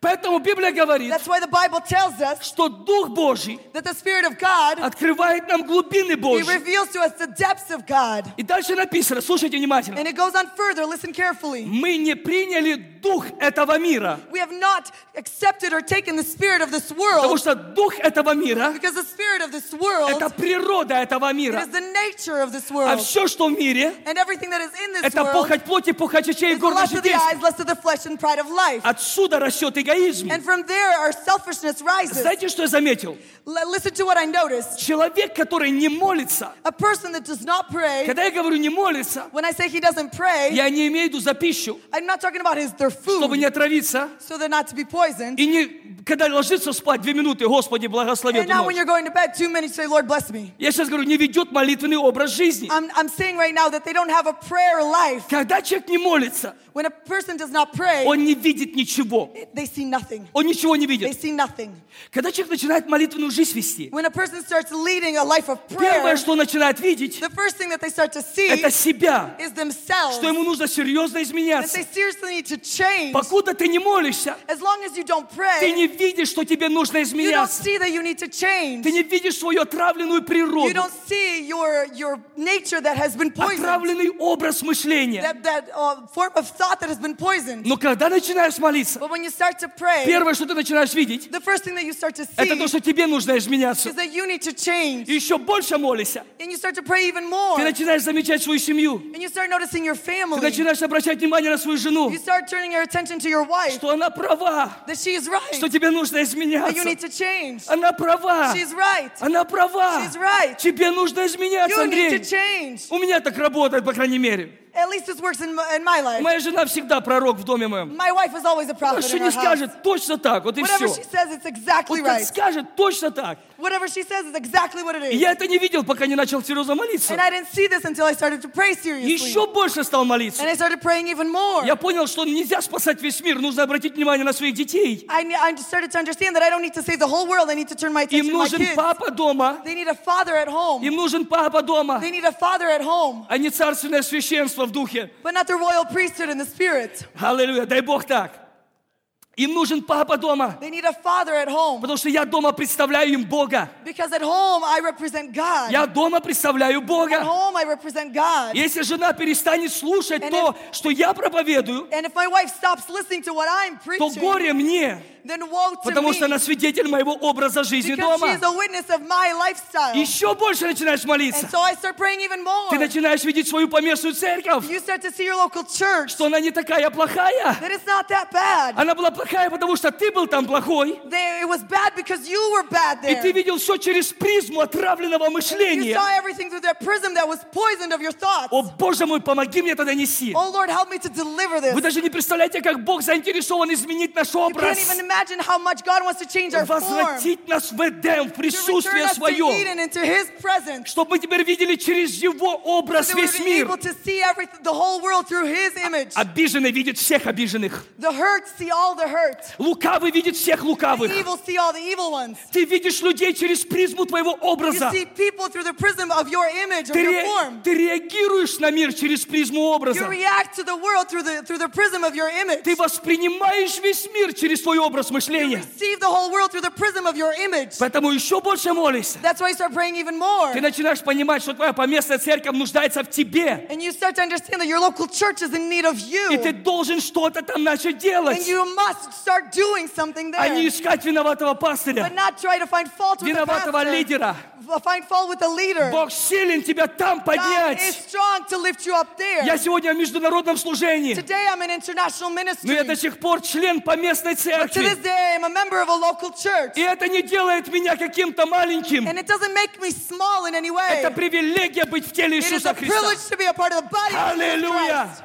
Поэтому Библия говорит,
That's why the Bible tells us
что Дух Божий
that the Spirit of God,
открывает нам глубины
He
Божьи.
reveals to us the depths of God.
И дальше написано, слушайте внимательно.
And it goes on further, listen carefully.
Мы не приняли дух этого мира,
We have not accepted or taken the spirit of this
потому
world
что дух этого мира
because the spirit of this world
Это природа этого
It
мира.
is the nature of this
А
world.
все, что в мире,
And everything that is in this
это
world
похоть плоти, похоть очей и
is lust
гордость
of the
житейская.
eyes, lust of the flesh, and pride of life.
Отсюда растет эгоизм.
And from there, our selfishness rises.
Знаете, что я заметил?
L- listen to what I noticed.
Человек, который не молится,
A person that does not pray,
когда я говорю не молится,
when I say he doesn't pray,
я не имею в виду за пищу,
I'm not talking about his, their their
чтобы
food
не отравиться.
so they're not to be poisoned.
И не, когда ложится спать, две минуты, Господи, благослови
And
эту
now when
ночь.
you're going to bed, two minutes say, Lord, bless me.
Я сейчас говорю, не ведет молитвенный образ жизни.
I'm, I'm saying right now that they don't have a prayer life.
Когда человек не молится,
When a person does not pray,
он не видит ничего.
they see nothing.
Он ничего не
They
видит.
see nothing.
Когда человек начинает молитвенную жизнь вести,
When a person starts leading a life of prayer,
первое, что он начинает видеть,
the first thing that they start to see
это себя.
is themselves.
Что ему нужно серьезно
That they
изменяться.
seriously need to change.
Покуда ты не молишься,
As long as you don't
ты
pray,
не видишь, что тебе нужно
you don't
изменяться.
see that you need to change.
Ты не видишь свою отравленную
You
природу,
don't see your, your nature that has been poisoned.
отравленный образ мышления.
That, that uh, form of thought that has been poisoned.
Но когда начинаешь молиться,
But when you start to pray,
первое, что ты начинаешь видеть,
the first thing that you start to see
это то, что тебе нужно изменяться.
is that you need to
И
change.
еще больше молишься.
And you start to pray even more.
Ты
And
начинаешь замечать свою семью.
you start noticing your
Ты
family.
начинаешь обращать внимание на свою жену,
You start turning your attention to your wife.
что она права,
That she is
что
right.
тебе нужно
That you
изменяться.
need to change.
Она права.
She's right.
Она права.
She's right.
Тебе нужно изменяться,
You
Андрей.
need to change.
У меня так работает, по крайней мере.
At least this works in my, in my life.
Моя жена всегда пророк в доме моем.
My wife is always a
Потому
prophet
что
in
не
our house.
скажет точно так, вот и все.
Whatever she says, it's exactly
Вот как
right.
скажет точно так.
Whatever she says is exactly what it
И
is.
я это не видел, пока не начал серьезно
And
молиться.
I didn't see this until I started to pray seriously.
Еще больше стал молиться.
And I started praying even more.
Я понял, что нельзя спасать весь мир, нужно обратить внимание на своих детей.
I, ne- I started to understand that I don't need to save the whole world. I need to turn my
Им
attention to my
нужен
kids.
папа дома,
They need a father at home.
им нужен папа дома,
They need a father at home,
а не царственное священство в духе.
but not the royal priesthood in the spirit.
Аллилуйя, дай Бог так. Им нужен папа дома,
They need a father at home
потому что я дома представляю им Бога.
because at home I represent God.
Я дома представляю
At
Бога.
home I represent God.
Если жена перестанет слушать
And
то, что я проповедую,
And if my wife stops listening to what I'm
то
preaching,
горе мне,
then woe to
потому что
me
она свидетель моего образа жизни
because
дома.
she's a witness of my lifestyle.
Еще больше начинаешь
And
молиться.
so I start praying even more.
Ты начинаешь видеть свою поместную церковь.
You start to see your local church
что она не такая плохая.
that it's not that bad.
Она была плохая, потому что ты был там плохой.
They, it was bad because you were bad
И
there.
ты видел все через призму отравленного
You
мышления.
saw everything through that prism that was poisoned of your thoughts.
О, Боже мой, помоги мне тогда неси.
Oh Lord, help me to deliver this.
Вы даже не представляете, как Бог заинтересован изменить наш
You can't
образ.
even imagine how much God wants to change our form.
Возвратить нас в Эдем, в
To return
присутствие
us to
свое.
Eden, into His presence.
Чтобы мы теперь видели через Его образ
So that
весь
we be
мир.
able to see everything, the whole world through His image.
Обиженный видит всех обиженных.
The hurt, see all the hurt.
Лукавый видит всех лукавых.
The evil, see all the evil ones.
Ты видишь людей через призму твоего
You
образа.
see people through the prism of your image, of
Ты,
your
ре-
form.
ты реагируешь на мир через призму
You
образа.
react to the world through the, through the prism of your image.
Ты воспринимаешь весь мир через свой образ мышления.
Receive the whole world through the prism of your image.
Поэтому еще больше молишься.
That's why you start praying even more.
Ты начинаешь понимать, что твоя поместная церковь нуждается в тебе.
And you start to understand that your local church is in need of
И ты
you.
должен что-то там начать
And
делать,
you must start doing something
а не
there.
искать виноватого
But
пастыря,
not try to find fault with the
виноватого
pastor.
лидера.
F- Find fault with the leader.
Бог силен тебя там
God is
поднять.
strong to lift you up
Я
there.
сегодня в международном служении,
Today I'm an international
но
ministry.
я до сих пор член поместной
To this
церкви.
day I'm a member of a local church.
И это не делает меня каким-то маленьким.
And it doesn't make me small in any way.
Это привилегия быть в теле
It is
Иисуса
a
Христа.
privilege to be a part of the body of Jesus
Аллилуйя!
Christ.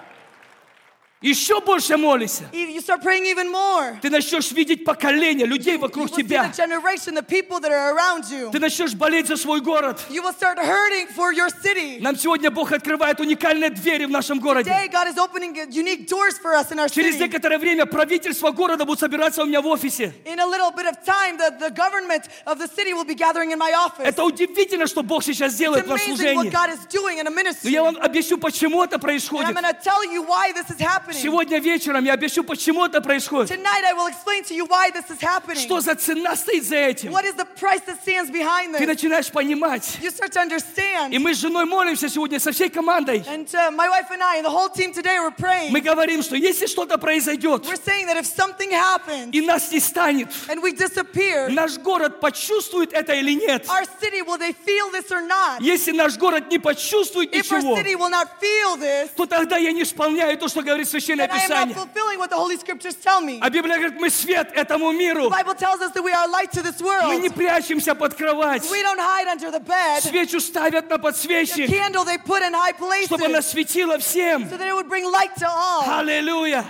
Еще больше молись.
E, You you start praying even more.
Ты начнешь видеть поколение людей
You will
вокруг
see
тебя.
the generation, the people that are around you.
Ты начнешь болеть за свой город.
You will start hurting for your city.
Нам сегодня Бог открывает уникальные двери в нашем городе.
Today, God is opening unique doors for us in our
Через
city.
некоторое время правительство города будет собираться у меня в офисе.
In a little bit of time, the, the government of the city will be gathering in my office.
Это удивительно, что Бог сейчас делает
It's
в нас
amazing what
служении.
God is doing in
Но
a ministry.
Ну, я вам
And
объясню, почему это
I'm
происходит.
going to tell you why this is happening.
Сегодня вечером я объясню, почему это происходит.
Tonight, I will explain to you why this is happening.
Что за цена стоит за этим?
What is the price that stands behind
Ты
this?
начинаешь понимать.
You start to
И
understand.
мы с женой молимся сегодня со всей командой.
And uh, my wife and I and the whole team today were
Мы
praying.
говорим, что если что-то произойдет,
We're saying that if something happens
и нас не станет,
and we disappear,
наш город почувствует это или нет.
our city, will they feel this or not?
Если наш город не почувствует
If our
ничего,
city will not feel this,
то тогда я не исполняю то, что говорит Священное
then I am not
Писание.
fulfilling what the Holy Scriptures tell me.
А
The
Библия говорит, мы свет этому миру.
Bible tells us that we are light to this
Мы не
world.
прячемся под кровать.
We don't hide under the bed.
Свечу ставят на
The
подсвечник,
candle they put in high places
чтобы она светила всем.
so that it would bring light to all.
Аллилуйя!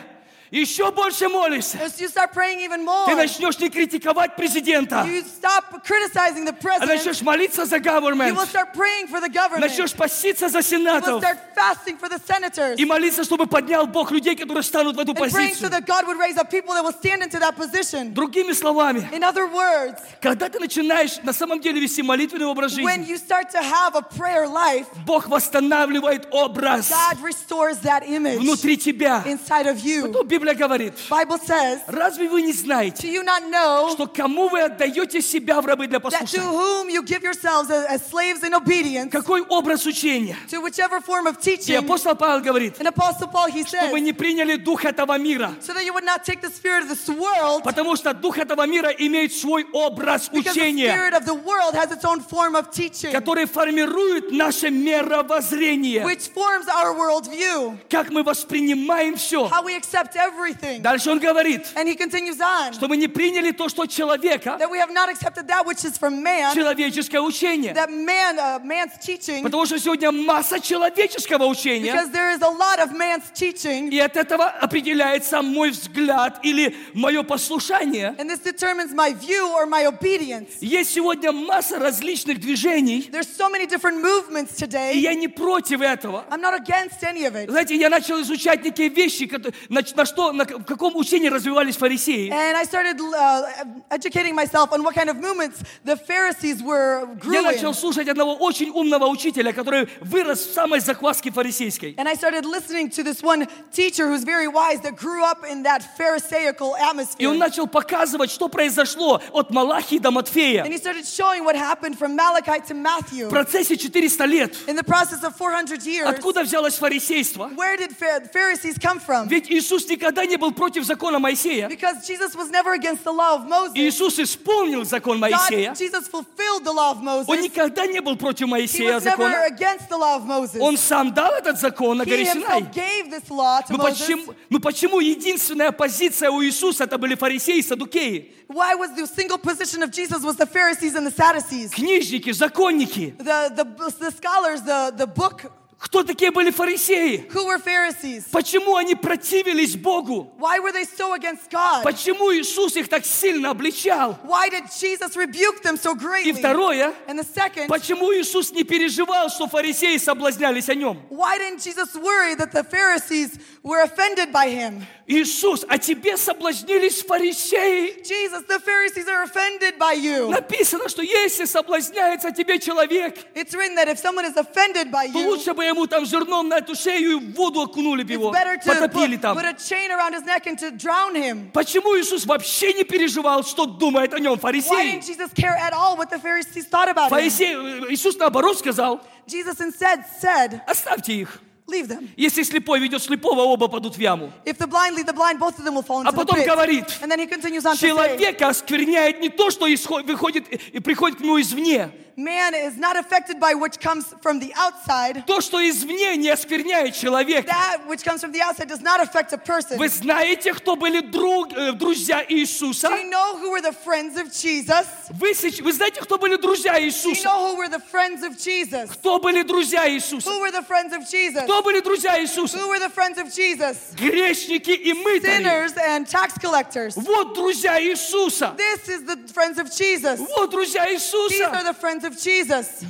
еще больше молишься.
As you start praying even more,
Ты начнешь не критиковать президента,
you stop criticizing the
а
president.
начнешь молиться за
You will
government,
start praying for the government. You
начнешь поститься за
will
сенатов
start fasting for the senators.
и молиться, чтобы поднял Бог людей, которые станут в эту
And praying
позицию.
so that God would raise up people that will stand into that position.
Другими словами,
In other words,
когда ты начинаешь на самом деле вести молитвенный образ
when
жизни,
you start to have a prayer life,
Бог восстанавливает образ
God restores that image
внутри тебя.
inside of you.
Ну, Библия говорит,
Bible says,
разве вы не знаете,
do you not know
что кому вы отдаете себя в рабы для
that to
послушания?
whom you give yourselves as, as slaves in obedience
Какой образ учения?
to whichever form of
И
teaching?
апостол Павел говорит,
And Apostle Paul, he
мы
says,
не приняли дух этого мира,
so that you would not take the spirit of this world,
потому что дух этого мира имеет свой образ
because the
учения,
spirit of the world has its own form of teaching,
который формирует наше мировоззрение,
which forms our worldview,
как мы воспринимаем все.
how we accept everything.
Дальше он говорит,
And he continues on,
что мы не приняли то, что от человека,
that we have not accepted that which is from man,
человеческое учение.
that man, uh, man's teaching,
Потому что сегодня масса человеческого учения,
because there is a lot of man's teaching,
и от этого определяется мой взгляд или мое послушание.
and this determines my view or my obedience.
Есть сегодня масса различных движений,
There's so many different movements
и
today.
я не против этого.
I'm not against any of it.
Знаете, я начал изучать некие вещи, кото- на, ч- на что, на к- в каком учении развивались фарисеи.
And I started uh, educating myself on what kind of movements the Pharisees were
Я
grew
начал
in.
слушать одного очень умного учителя, который вырос в самой закваске фарисейской.
And I started listening to this one teacher who's very wise that grew up in that Pharisaical
И он
atmosphere.
начал показывать, что произошло от Малахии до
And
Матфея.
he started showing what happened from Malachi to Matthew
В процессе 400 лет.
in the process of 400 years.
Откуда взялось фарисейство?
Where did Phar- Pharisees come from?
Ведь Иисус никогда не был против закона Моисея.
Because Jesus was never against the law of Moses.
Иисус исполнил закон Моисея.
God, Jesus fulfilled the law of
Он
Moses.
никогда не был против
He
Моисея
was never
закона.
against the law of Moses.
Он сам дал этот закон на
He
горе Синай.
himself gave this law to
Ну
Moses.
почему, ну почему единственная позиция у Иисуса это были фарисеи и садукеи?
Why was the single position of Jesus was the Pharisees and the Sadducees?
Книжники, законники.
The, the, the scholars, the, the book,
Кто такие были фарисеи?
who were Pharisees?
Почему они противились Богу?
Why were they so against God?
Почему Иисус их так сильно обличал?
Why did Jesus rebuke them so
И
greatly?
второе,
And the second,
почему Иисус не переживал, что фарисеи соблазнялись о нем?
why didn't Jesus worry that the Pharisees were offended by him?
Иисус, а тебе соблазнились фарисеи?
Jesus, the Pharisees are offended by you.
Написано, что если соблазняется тебе человек,
It's written that if someone is offended by
то
you,
лучше бы ему там жирном на эту шею и в воду окунули бы
it's
его,
better to
потопили
put,
там.
put a chain around his neck and to drown him.
Почему Иисус вообще не переживал, что думает о нем
Why didn't
фарисеи?
Jesus care at all what the Pharisees thought about him?
Фарисеи, э, Иисус наоборот сказал,
Jesus instead said,
оставьте их.
Leave them.
Если слепой ведет слепого, оба падут в яму.
If the blind lead the blind, both of them will fall into the
потом
pit.
говорит,
and then he continues on to say,
Человека оскверняет не то, что исход- выходит э, и приходит к нему извне.
man is not affected by what comes from the outside.
То, что извне, не оскверняет человека.
That which comes from the outside does not affect a person.
Вы знаете, кто были друг, э, друзья Иисуса?
Do you know who were the friends of Jesus?
Вы, сеч- вы знаете, кто были друзья
Do you
Иисуса?
know who were the friends of Jesus?
Кто были друзья Иисуса?
Who were the friends of Jesus?
Кто были друзья Иисуса?
Who were the friends of Jesus?
Грешники и мытари.
Sinners and tax collectors.
Вот друзья Иисуса.
This is the friends of Jesus.
Вот друзья
These are
Иисуса.
the friends of Jesus.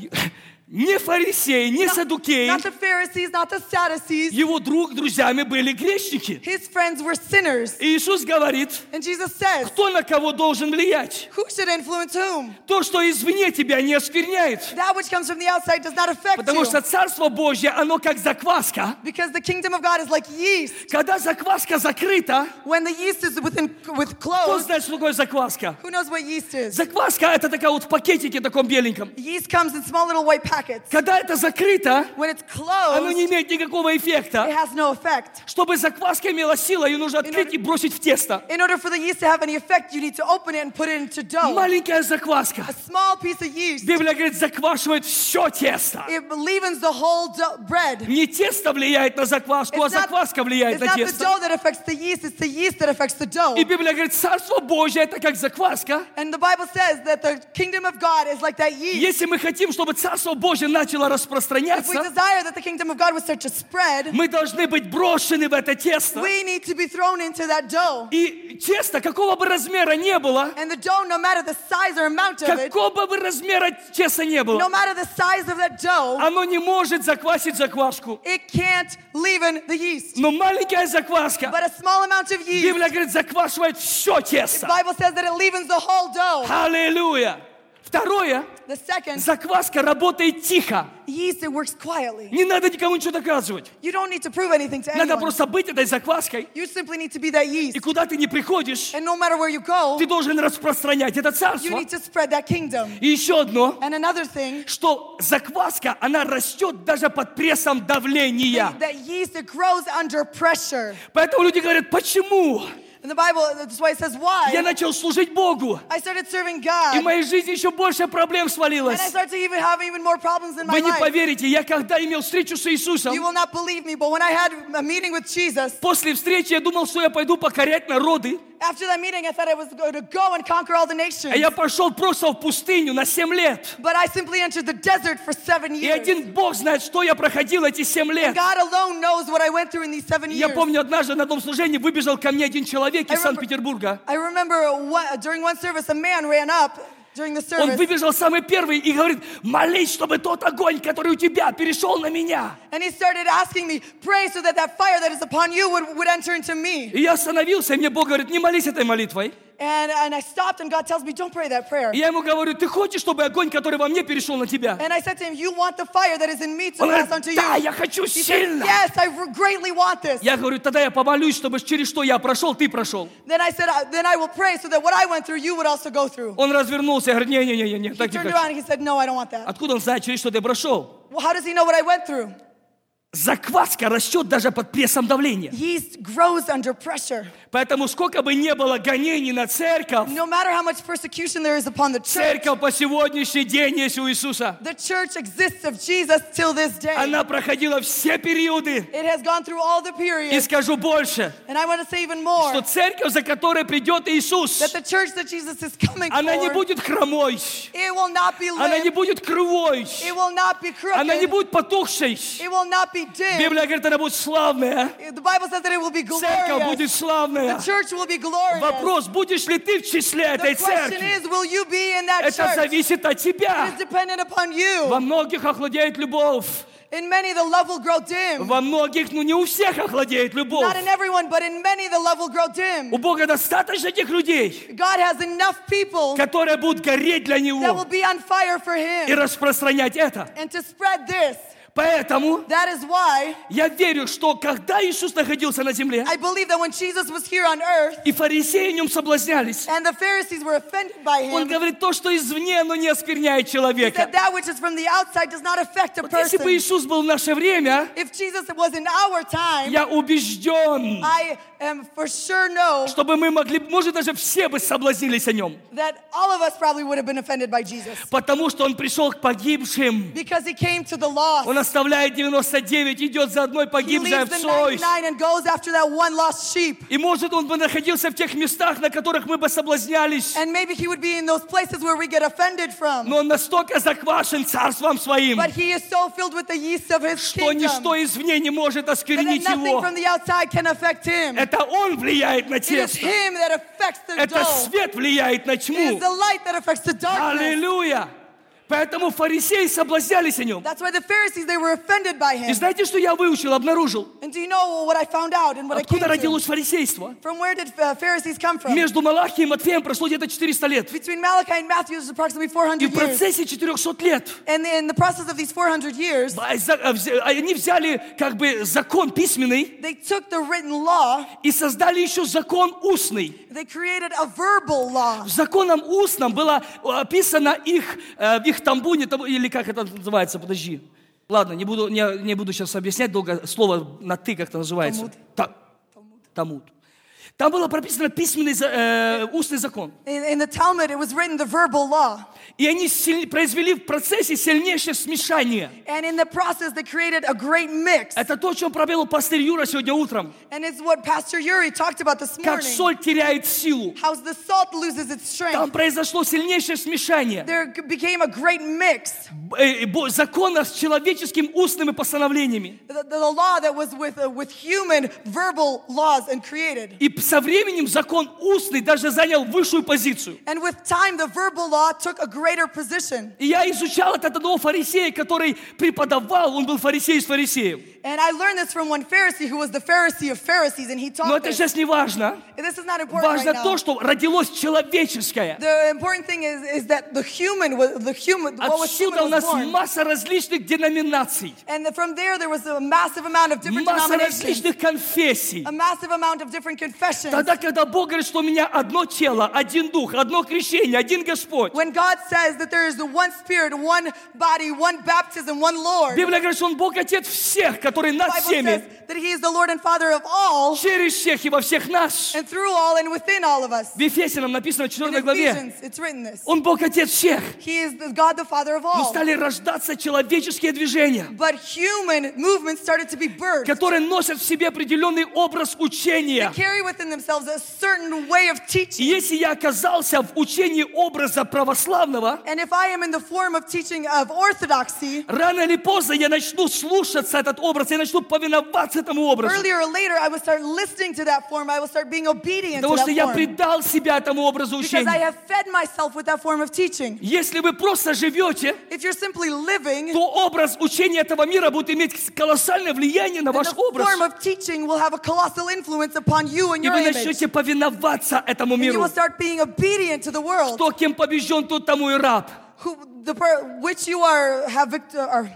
Не фарисеи, не садукеи.
Not the Pharisees, not the Sadducees.
Его друг друзьями были грешники.
His friends were sinners.
И Иисус говорит,
And Jesus says,
кто на кого должен влиять?
Who should influence whom?
То, что извне тебя не оскверняет.
That which comes from the outside does not affect
Потому что
you.
Царство Божье, оно как закваска.
Because the kingdom of God is like yeast.
Когда закваска закрыта,
When the yeast is within with
кто
clothes,
знает, что такое закваска?
who knows what yeast is?
Закваска это такая вот в пакетике таком беленьком.
Yeast comes in small little white packets.
Когда это закрыто,
When it's
оно
closed,
не
it
имеет никакого эффекта.
has no effect.
Чтобы закваска имела силу, ее нужно открыть и бросить в тесто.
In order for the yeast to have any effect, you need to open it and put it into dough.
Маленькая закваска.
A small piece of yeast,
Библия говорит, заквашивает все тесто.
it leavens the whole dough bread.
Не тесто влияет на закваску, а
It's not,
закваска влияет
it's
на
not the
тесто.
dough that affects the yeast, it's the yeast that affects the dough.
И Библия говорит, Царство Божье это как закваска.
And the Bible says that the kingdom of God is like that yeast.
Если мы хотим, чтобы Царство Божье начало
If we
распространяться,
desire that the kingdom of God would start to spread,
мы должны быть брошены в это тесто.
we need to be thrown into that dough.
И тесто, какого бы размера не было,
And the dough, no matter the size or amount of it,
какого бы размера теста не
no
было,
matter the size of that dough,
оно не может заквасить закваску.
it can't leaven the yeast.
Но маленькая закваска,
But a small amount of yeast,
Библия говорит, заквашивает все
the
тесто.
Bible says that it leavens the whole dough.
Аллилуйя! Второе,
The second,
закваска работает тихо.
yeast, it works quietly.
Не надо никому ничего доказывать.
You don't need to prove anything to
Надо
anyone.
просто быть этой закваской.
You simply need to be that
И
yeast.
куда ты не приходишь,
And no matter where you go,
ты должен распространять это
you
царство.
need to spread that kingdom.
И еще одно,
And another thing,
что закваска, она растет даже под прессом давления.
that yeast, it grows under pressure.
Поэтому люди говорят, почему
In the Bible, that's why it says,
я
why?
начал служить Богу,
I started serving
и в
God.
моей жизни еще больше проблем
And I
свалилось.
started to even have even more problems in my
Вы не
life.
поверите, я когда имел встречу с Иисусом,
You will not believe me, but when I had a meeting with Jesus,
после встречи я думал, что я пойду покорять народы,
after that meeting, I thought I was going to go and conquer all the
а
nations.
я пошел просто в пустыню на 7 лет.
But I simply entered the desert for seven
И
years.
один Бог знает, что я проходил эти 7 лет.
God alone knows what I went through in these seven
Я
years.
помню, однажды на одном служении выбежал ко мне один человек из
I remember-
Санкт-Петербурга.
I remember what, during one service, a man ran up during the
Он
service.
выбежал самый первый и говорит, молись, чтобы тот огонь, который у тебя, перешел на меня.
And he started asking me, pray so that that fire that is upon you would, would enter into me.
И я остановился, и мне Бог говорит, не молись этой молитвой.
And, and I stopped, and God tells me, don't pray that prayer.
И я ему говорю, ты хочешь, чтобы огонь, который во мне, перешел на тебя?
And I said to him, you want the fire that is in me to
Он
pass
говорит,
onto you.
да, я хочу
He said,
сильно.
yes, I re- greatly want this.
Я говорю, тогда я помолюсь, чтобы через что я прошел, ты прошел.
Then I said, "I- then I will pray so that what I went through, you would also go through.
Он развернулся, я говорю, не-не-не,
He
так не
turned
хочу.
around and he said, no, I don't want that.
Откуда он знает, через что ты прошел?
Well, how does he know what I went through?
Закваска растет даже под прессом давления.
Yeast grows under pressure.
Поэтому сколько бы не было гонений на церковь,
No matter how much persecution there is upon the church,
церковь по сегодняшний день есть у Иисуса.
the church exists of Jesus till this day.
Она проходила все периоды.
It has gone through all the
И
periods.
скажу больше,
And I want to say even more.
что церковь, за которой придет
that
Иисус,
the church that Jesus is coming
она не
for,
будет хромой,
it will not be
она
limp,
не будет кривой,
it will not be crooked,
она не будет потухшей.
it will not be dim.
Библия говорит, она будет славная.
the Bible says that it will be
Церковь будет
glorious.
славная.
The church will be glorious.
Вопрос, будешь ли ты в числе этой
the question
церкви?
is, will you be in that
Это
church?
зависит от
It is
тебя.
dependent upon
Во
you.
многих охладеет любовь.
In many, the love will grow dim.
Во многих, ну не у всех охладеет любовь.
Not in everyone, but in many, the love will grow
У
dim.
Бога достаточно этих людей,
God has enough people
которые будут гореть для
that will
Него
be on fire for
и
Him.
распространять это.
And to spread this,
Поэтому
that is why
я верю, что когда Иисус находился на земле,
I believe that when Jesus was here on earth,
и фарисеи в нем соблазнялись,
And the Pharisees were offended by
он
him.
говорит, то, что извне, но не оскверняет человека.
That that which is from the outside does not affect a
Вот если бы
person.
Иисус был в наше время,
If Jesus was in our time,
я убежден,
I am for sure know
чтобы мы могли, может, даже все бы соблазнились о нем.
that all of us probably would have been offended by Jesus
Потому что он пришел к погибшим.
because he came to the lost.
Он оставляет 99, идет за одной
He
погибшей
leaves the
овцой.
99 and goes after that one lost sheep.
И может он бы находился в тех местах, на которых мы бы соблазнялись.
And maybe he would be in those places where we get offended from.
Но он настолько заквашен царством своим,
But he is so filled with the yeast of his
что
kingdom
ничто извне не может
that
осквернить
nothing
его.
from the outside can affect him. It
Это он влияет на
is
тесто.
him that affects the
Это
dough.
свет влияет на
It
тьму.
is the light that affects the darkness.
Аллилуйя! Поэтому фарисеи соблазнялись о нем.
That's why the Pharisees they were offended by
И
him.
знаете, что я выучил, обнаружил?
And do you know what I found out and what I came
Откуда
to?
родилось фарисейство?
From where did uh, Pharisees come from?
Между Малахией и Матфеем прошло где-то 400 лет.
Between Malachi and Matthew is approximately
И
400
в
years.
процессе 400 лет
And in the process of these 400 years,
а, за- а, взя- а, они взяли как бы закон письменный
they took the written law,
и создали еще закон устный.
they created a verbal law.
В законом устном было э, описано их, э, в их тамбуне, там- или как это называется, подожди. Ладно, не буду, не, не буду сейчас объяснять долго слово на «ты», как это называется. Та- Талмуд. Там было прописано письменный, за- э, устный закон.
In, in the Talmud, it was written the verbal law.
И они силь- произвели в процессе сильнейшее смешание.
And in the process, they created a great mix.
Это то, о чем провел пастырь Юра сегодня утром.
And it's what Pastor Yuri talked about this
Как
morning.
соль теряет силу.
How the salt loses its
Там
strength.
произошло сильнейшее смешание.
There became a great mix.
Э, э, бо- Закона с человеческим устными постановлениями.
The, the law that was with, uh, with human verbal laws and created.
И со временем закон устный даже занял высшую позицию.
And with time, the verbal law took a greater position.
И я изучал это от одного фарисея, который преподавал, он был фарисей из фарисеев.
And I learned this from one Pharisee who was the Pharisee of Pharisees, and he
Но
taught
это
this.
сейчас не важно.
And this is not important right
Важно
now.
то, что родилось человеческое.
The important thing is, is that the human was the human what was human
Отсюда у
was
нас
born.
масса различных деноминаций,
And the- from there, there was a massive amount of different
масса
denominations,
различных конфессий.
a massive amount of different confessions.
Тогда, когда Бог говорит, что у меня одно тело, один дух, одно крещение, один Господь.
When God says that there is the one Spirit, one body, one baptism, one Lord, the
Библия говорит, что Он Бог Отец всех, который над
Bible says
всеми,
that He is the Lord and Father of all,
через всех и во всех нас.
and through all, and within all of us.
В Ефесянам написано в 4
In
главе,
Ephesians, it's written this.
Он Бог Отец всех.
He is the God the Father of
Но
all.
стали рождаться человеческие движения,
But human movements started to be birthed,
которые носят в себе определенный образ учения.
carry within themselves a certain way of
И
teaching.
если я оказался в учении образа православного,
And if I am in the form of teaching of orthodoxy,
рано или поздно я начну слушаться этот образ, я начну повиноваться этому образу.
earlier or later I will start listening to that form. I will start being obedient to
Потому что я
that form.
предал себя этому образу
Because I
учения.
have fed myself with that form of teaching.
Если вы просто живете,
If you're simply living,
то образ учения этого мира будет иметь колоссальное влияние на
then
ваш
the
образ.
form of teaching will have a colossal influence upon you and
И
your
вы
image.
начнете повиноваться этому
And you will
миру.
start being obedient to the world,
Кто кем побежден, тот тому и раб.
who the per, which you are have victor, or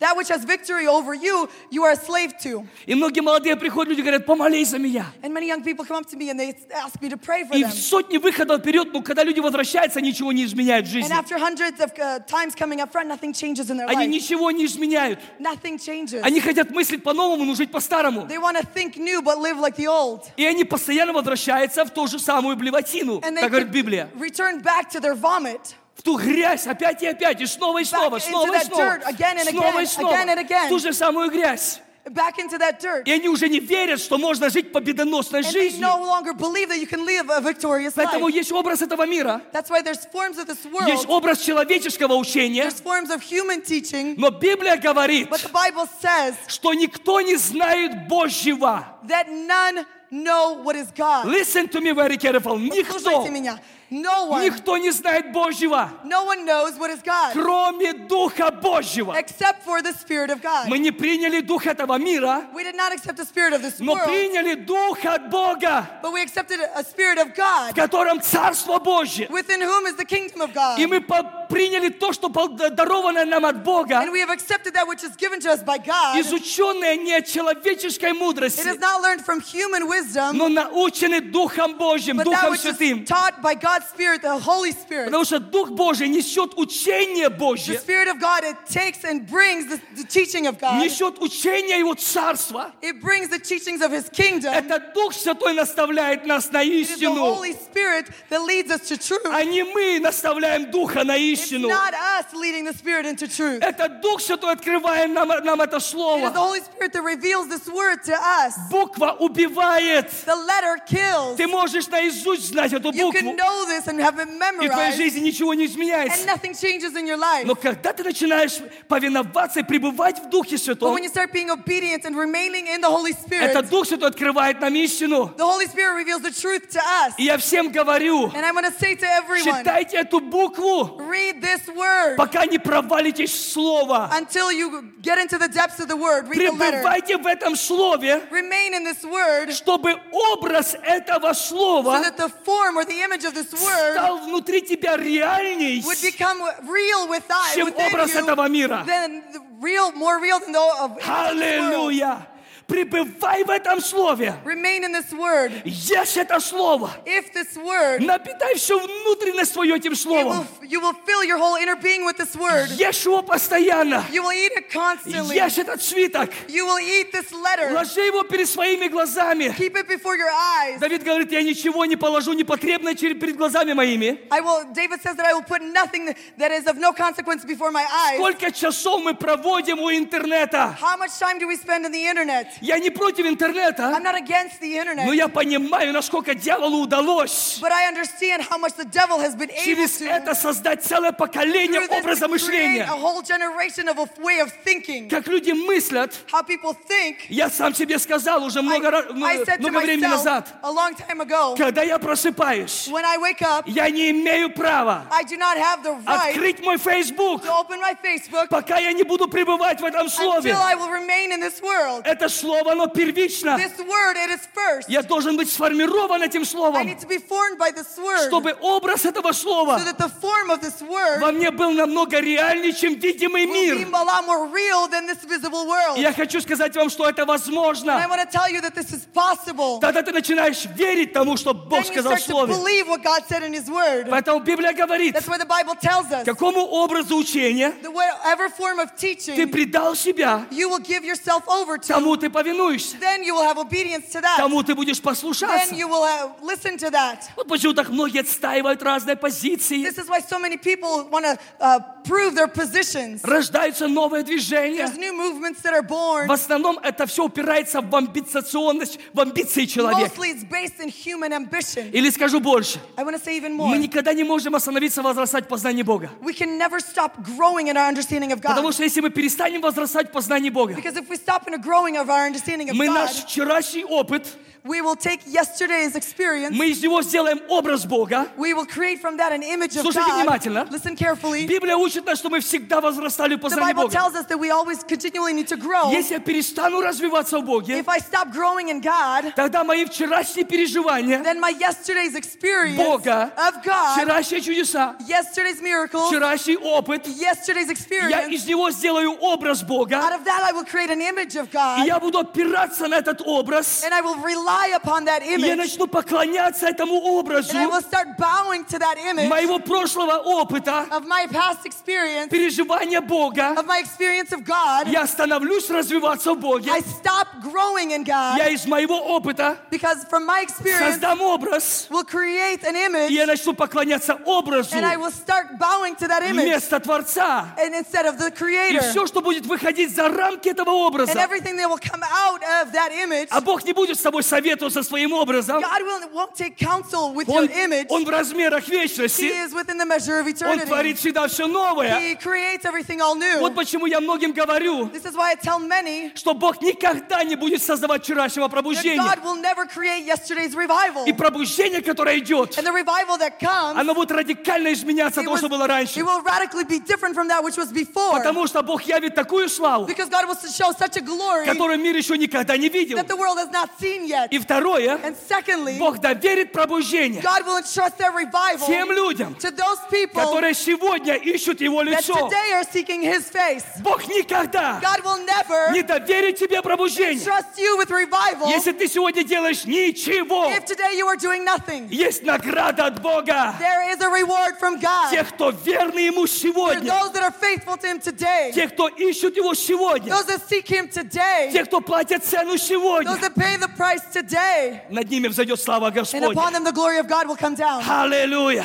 that which has victory over you, you are a slave to.
И многие молодые приходят, люди говорят, помолись за меня.
And many young people come up to me and they ask me to pray for
И
them.
в сотни выходов вперед, но когда люди возвращаются, ничего не изменяют в
And
жизни.
after hundreds of uh, times coming up front, nothing changes in their
Они
life.
ничего не изменяют.
Nothing changes.
Они хотят мыслить по-новому, но жить по-старому.
They want to think new but live like the old.
И они постоянно возвращаются в ту же самую блевотину,
And
так говорит Библия.
return back to their vomit.
В ту грязь опять и опять, и снова и снова,
into
снова и
that
снова,
dirt again and
снова и
again,
снова,
again and again.
в ту же самую грязь.
back into that dirt.
И они уже не верят, что можно жить победоносной
And they
жизнью.
no longer believe that you can live a victorious
Поэтому
life.
есть образ этого мира,
That's why there's forms of this
есть
world,
образ человеческого учения,
there's forms of human teaching,
но Библия говорит,
but the Bible says
что никто не знает Божьего.
that none know what is God.
Listen to me very careful. Никто,
Послушайте меня. No one,
никто не знает Божьего,
no one knows what is God
кроме Духа Божьего.
except for the Spirit of God.
Мы не приняли Дух этого мира,
We did not accept the Spirit of this
но
world,
приняли Дух от Бога,
but we accepted a Spirit of
в
God,
котором Царство Божье.
within whom is the kingdom of God.
И мы по- приняли то, что пол- даровано нам от Бога,
And we have accepted that which is given to us by God.
изученное не от человеческой
It
мудрости,
is not learned from human wisdom,
но научены Духом Божьим,
but that
Духом
which
Святым.
is taught by God's Spirit, the Holy Spirit.
Потому что Дух Божий несет учение
The
Божье,
Spirit of God, it takes and brings the, the teaching of God.
несет учение Его Царства.
It brings the teachings of His kingdom.
Это Дух Святой наставляет нас на
It is the
истину,
Holy Spirit that leads us to truth.
а не мы наставляем Духа на
It's
истину.
not us leading the Spirit into truth. It
Это Дух Святой открывает нам, нам это
is the
слово.
Holy Spirit that reveals this word to us.
Буква убивает.
The letter kills.
Ты можешь наизусть знать эту
You can
букву,
know this and have it
и в твоей
memorized,
жизни ничего не
and
изменяется.
nothing changes in your life.
Но когда ты начинаешь повиноваться и пребывать в Духе
But
Святом,
when you start being obedient and remaining in the Holy Spirit,
это Дух Святой открывает нам истину.
the Holy Spirit reveals the truth to us.
И я всем говорю,
And I'm going to say to everyone,
читайте эту букву,
read this word
пока не провалитесь в Слово.
until you get into the depths of the word. Read the letter.
Пребывайте в этом Слове,
Remain in this word so
чтобы образ этого Слова
that the form or the image of this word
стал внутри тебя реальней,
would become real with us,
чем
within
образ
you,
этого мира.
uh, then the real, more real than the of this world.
Аллилуйя! пребывай в этом слове.
Remain in this word.
Ешь это слово.
If this word,
Напитай всю внутренность свою этим
it will,
словом.
you will fill your whole inner being with this word.
Ешь его постоянно.
You will eat it constantly.
Ешь этот свиток.
You will eat this letter.
Ложи его перед своими глазами.
Keep it before your eyes.
Давид говорит, я ничего не положу непотребное чер- перед глазами моими.
I will. David says that I will put nothing that is of no consequence before my eyes.
Сколько часов мы проводим у интернета?
How much time do we spend on the internet?
Я не против интернета,
I'm not against the
но
internet,
я понимаю, насколько дьяволу удалось
but I understand how much the devil has been able
через это
to
создать целое поколение
through this,
образа
to create a
мышления.
whole generation of a f- way of thinking.
Как люди мыслят,
How people think.
я сам себе сказал уже
I,
много, раз-
I said to
много времени
myself
назад,
a long time ago,
когда я просыпаюсь,
when I wake up,
я не имею права
I do not have the right
открыть мой Facebook,
to open my Facebook
пока я не буду пребывать в этом слове.
until I will remain in this world.
Это слово, оно первично.
This word, it is first.
Э, Я должен быть сформирован этим
I
словом,
need to be formed by this word so
чтобы образ этого слова
that the form of this
во
word
мне был намного реальнее, чем видимый
will be a
мир.
lot more real than this visible world.
И Я хочу сказать вам, что это
And I
возможно.
want to tell you that this is possible.
Тогда ты начинаешь верить тому, что Бог
Then you
сказал в
start to
Слове.
believe what God said in His Word.
Поэтому Библия говорит,
That's why the Bible tells us that
какому образу учения
whatever form of
ты
teaching
предал себя,
you will give yourself over to,
тому ты повинуешься,
then you will have obedience to that.
тому ты будешь
Then
послушаться.
you will have, listen to that.
Вот почему так многие отстаивают разные позиции,
This is why so many people want to uh, prove their positions.
рождаются новые движения.
There's new movements that are born.
В основном это все упирается в амбициозность, в амбиции человека.
Mostly it's based in human ambition.
Или скажу больше,
I want to say even more.
мы никогда не можем остановиться возрастать в познании Бога.
We can never stop growing in our understanding of
Потому
God.
что если мы перестанем возрастать в познании Бога,
Because if we stop in a growing of our understanding of
мы
God,
наш вчерашний опыт,
we will take yesterday's experience,
мы из него сделаем образ Бога.
we will create from that an image of
Слушайте
God.
внимательно.
Listen carefully.
Библия учит нас, что мы всегда возрастали в
The
познании
Bible
Бога.
tells us that we always continually need to grow.
Если я перестану развиваться в Боге,
If I stop growing in God,
тогда мои вчерашние переживания,
then my yesterday's experience
Бога,
of God,
вчерашние чудеса,
yesterday's miracle,
вчерашний опыт,
yesterday's
я
experience,
из него сделаю образ
out
Бога,
of that I will create an image of
и
God
я буду опираться на этот образ,
and I will rely upon that
И я
image
начну поклоняться этому образу
and I will start bowing to that image
моего прошлого опыта,
of my past experience,
переживания Бога.
of my experience of God.
Я становлюсь развиваться в Боге.
I stop growing in God
Я из моего опыта
because from my experience
создам образ,
will create an
и я
image
начну поклоняться образу
and I will start bowing to that image
вместо Творца.
and instead of the
И
creator.
все, что будет выходить за рамки этого
And
образа,
everything that will come out of that image,
а Бог не будет с тобой советоваться своим образом,
God will, won't take counsel with your
он,
image.
он в размерах
He
вечности,
is within the measure of
Он творит
eternity.
всегда все новое.
He creates everything all new.
Вот почему я многим говорю,
This is why I tell many
что Бог никогда не будет создавать вчерашнего
that
пробуждения.
God will never create yesterday's revival.
И пробуждение, которое идет,
And the revival that comes,
оно будет радикально изменяться от
it,
того,
was-
что было
it
раньше.
will radically be different from that which was before.
Потому что Бог явит такую славу,
Because God wants to show such a glory
которую мир еще никогда не видел.
that the world has not seen yet.
И второе,
And secondly,
Бог доверит пробуждение
God will entrust that revival
тем людям,
to those people
которые сегодня ищут Его
that
лицо.
today are seeking His face.
Бог никогда
God will never
не доверит тебе пробуждение,
trust you with revival
если ты сегодня делаешь ничего.
if today you are doing nothing.
Есть награда от Бога.
There is a reward from God
Тех, кто верны Ему
for
сегодня,
those that are faithful to Him today,
тех, кто ищут Его сегодня,
those that seek Him today,
тех, кто платят цену сегодня.
those that pay the price today.
Над ними взойдет слава
And
Господня.
upon them the glory of God will come down.
Аллилуйя!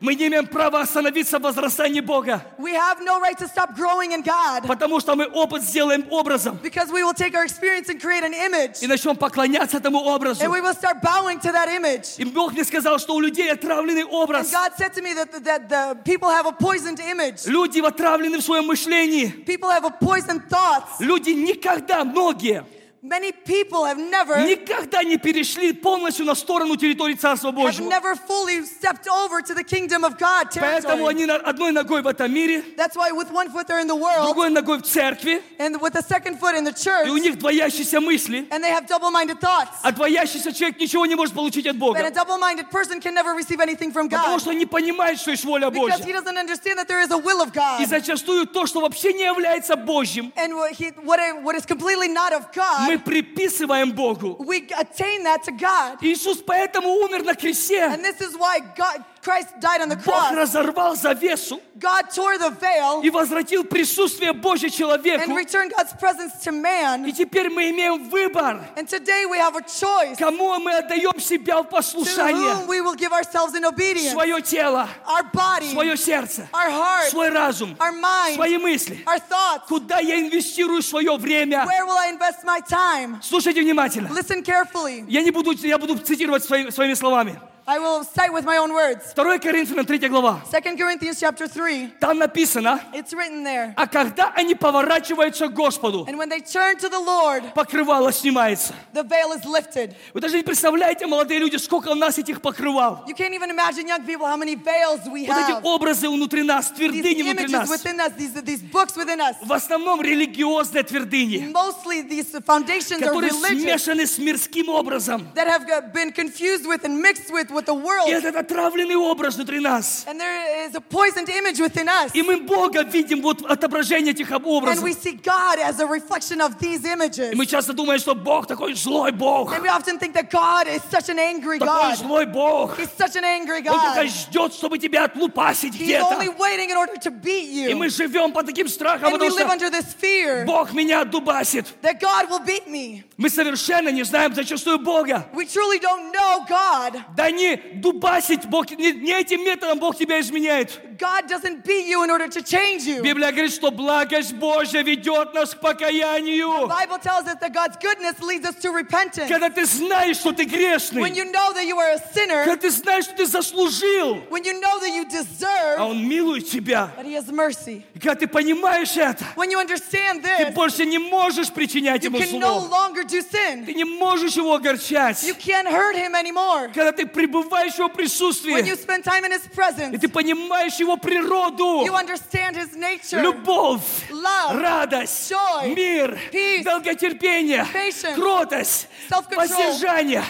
Мы не имеем права остановиться в возрастании Бога,
We have no right to stop growing in God
потому что мы опыт сделаем образом
because we will take our experience and create an image.
и начнем поклоняться этому
And
образу.
we will start bowing to that image.
И Бог мне сказал, что у людей отравленный
And
образ.
God said to me that, that the people have a poisoned image.
Люди отравлены в своем мышлении.
People have a poisoned thoughts.
Люди никогда, многие,
Many people have never
никогда не перешли полностью на сторону территории Царства
have
Божьего.
never fully stepped over to the kingdom of God
Поэтому
territory.
они на- одной ногой в этом мире,
That's why with one foot they're in the world
другой ногой в церкви,
and with the second foot in the
и у
church
них двоящиеся мысли.
and they have double-minded thoughts.
А двоящийся человек ничего не может получить от
And a
Бога.
double-minded person can never receive anything from
Потому
God
что не понимает, что есть воля
because he
Божья.
doesn't understand that there is a will of
И
God.
зачастую то, что вообще не является Божьим,
And what, he, what, what is completely not of
мы мы
God.
приписываем Богу.
We attain that to God.
Иисус поэтому умер на кресте.
And this is why God, Christ died on the
Бог
cross.
разорвал завесу
God tore the veil
и возвратил присутствие Божье
and
человеку.
returned God's presence
И
to man.
теперь мы имеем выбор,
And today we have a choice
кому мы отдаем себя в
to whom
послушание.
we will give ourselves in obedience.
Свое тело,
Our body,
свое сердце,
our heart,
свой разум,
our mind,
свои мысли.
our thoughts.
Куда я инвестирую свое время?
Where will I invest my time?
Слушайте внимательно.
Listen carefully.
Я не буду, я буду цитировать свои- своими словами.
I will cite with my own words.
2 Коринфянам 3 глава.
2 Corinthians chapter 3.
Там написано,
It's written there.
а когда они поворачиваются к Господу,
And when they turn to the Lord,
покрывало снимается.
the veil is lifted.
Вы даже не представляете, молодые люди, сколько у нас этих покрывал.
You can't even imagine, young people, how many veils we
Вот эти
have.
образы внутри нас,
А, These
твердыни внутри
images
нас.
within us, these, these books within us.
В основном религиозные твердыни,
Mostly these foundations are
которые
religious
смешаны с мирским образом.
that have got- been confused with and mixed with, with the
И
world.
этот отравленный образ внутри нас.
And there is a poisoned image within us.
И мы Бога видим вот отображение этих об-
And
образов.
we see God as a reflection of these
И
images.
мы часто думаем, что Бог такой злой Бог.
And we often think that God is such an angry
Такой
God.
злой Бог.
He's such an angry
Он только
God.
ждет, чтобы тебя отлупасить
He's only
где-то.
waiting in order to beat
И мы
you.
живем по таким страхам,
And we
потому
live
что
under this fear
Бог меня отдубасит.
that God will beat me.
Мы совершенно не знаем зачастую Бога.
We truly don't know God.
Да не дубасить Бог, не, не этим методом Бог тебя изменяет.
God doesn't beat you in order to change you.
Библия говорит, что благость Божья ведет нас к покаянию.
Bible tells us that God's goodness leads us to repentance.
Когда ты знаешь, что ты
When
грешный,
you know that you are a sinner,
когда ты знаешь, что ты заслужил,
when you know that you
а
deserve,
Он милует тебя.
but He has mercy.
И когда ты понимаешь это,
When you understand
ты
this,
больше не можешь причинять
you
ему
can no
зло.
longer do sin.
Ты не можешь его огорчать.
You can't hurt Him anymore.
Когда ты пребываешь в его
When you
присутствии,
spend time in His
и
presence,
ты понимаешь его природу,
you understand His nature.
любовь,
Love,
радость,
joy,
мир,
peace,
долготерпение,
patience,
кротость,
self-control.
воздержание.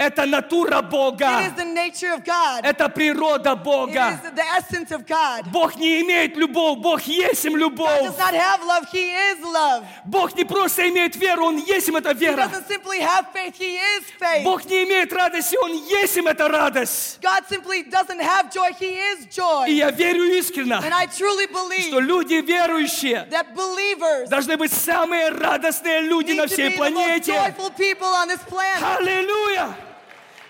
Это натура
It is
Бога.
the nature of God.
Это природа
It
Бога.
is the essence of God.
Бог не имеет любовь, Бог есть им
God
любовь.
does not have love, He is love.
Бог не просто имеет веру, Он есть им эта
He
вера.
doesn't simply have faith, He is faith.
Бог не имеет радости, Он есть им эта радость.
God simply doesn't have joy, He is
И
joy.
я верю искренне,
And I truly
что
believe
люди верующие,
that believers
должны быть самые радостные люди на
need to
всей
be the most
планете.
joyful people on this planet.
Аллилуйя!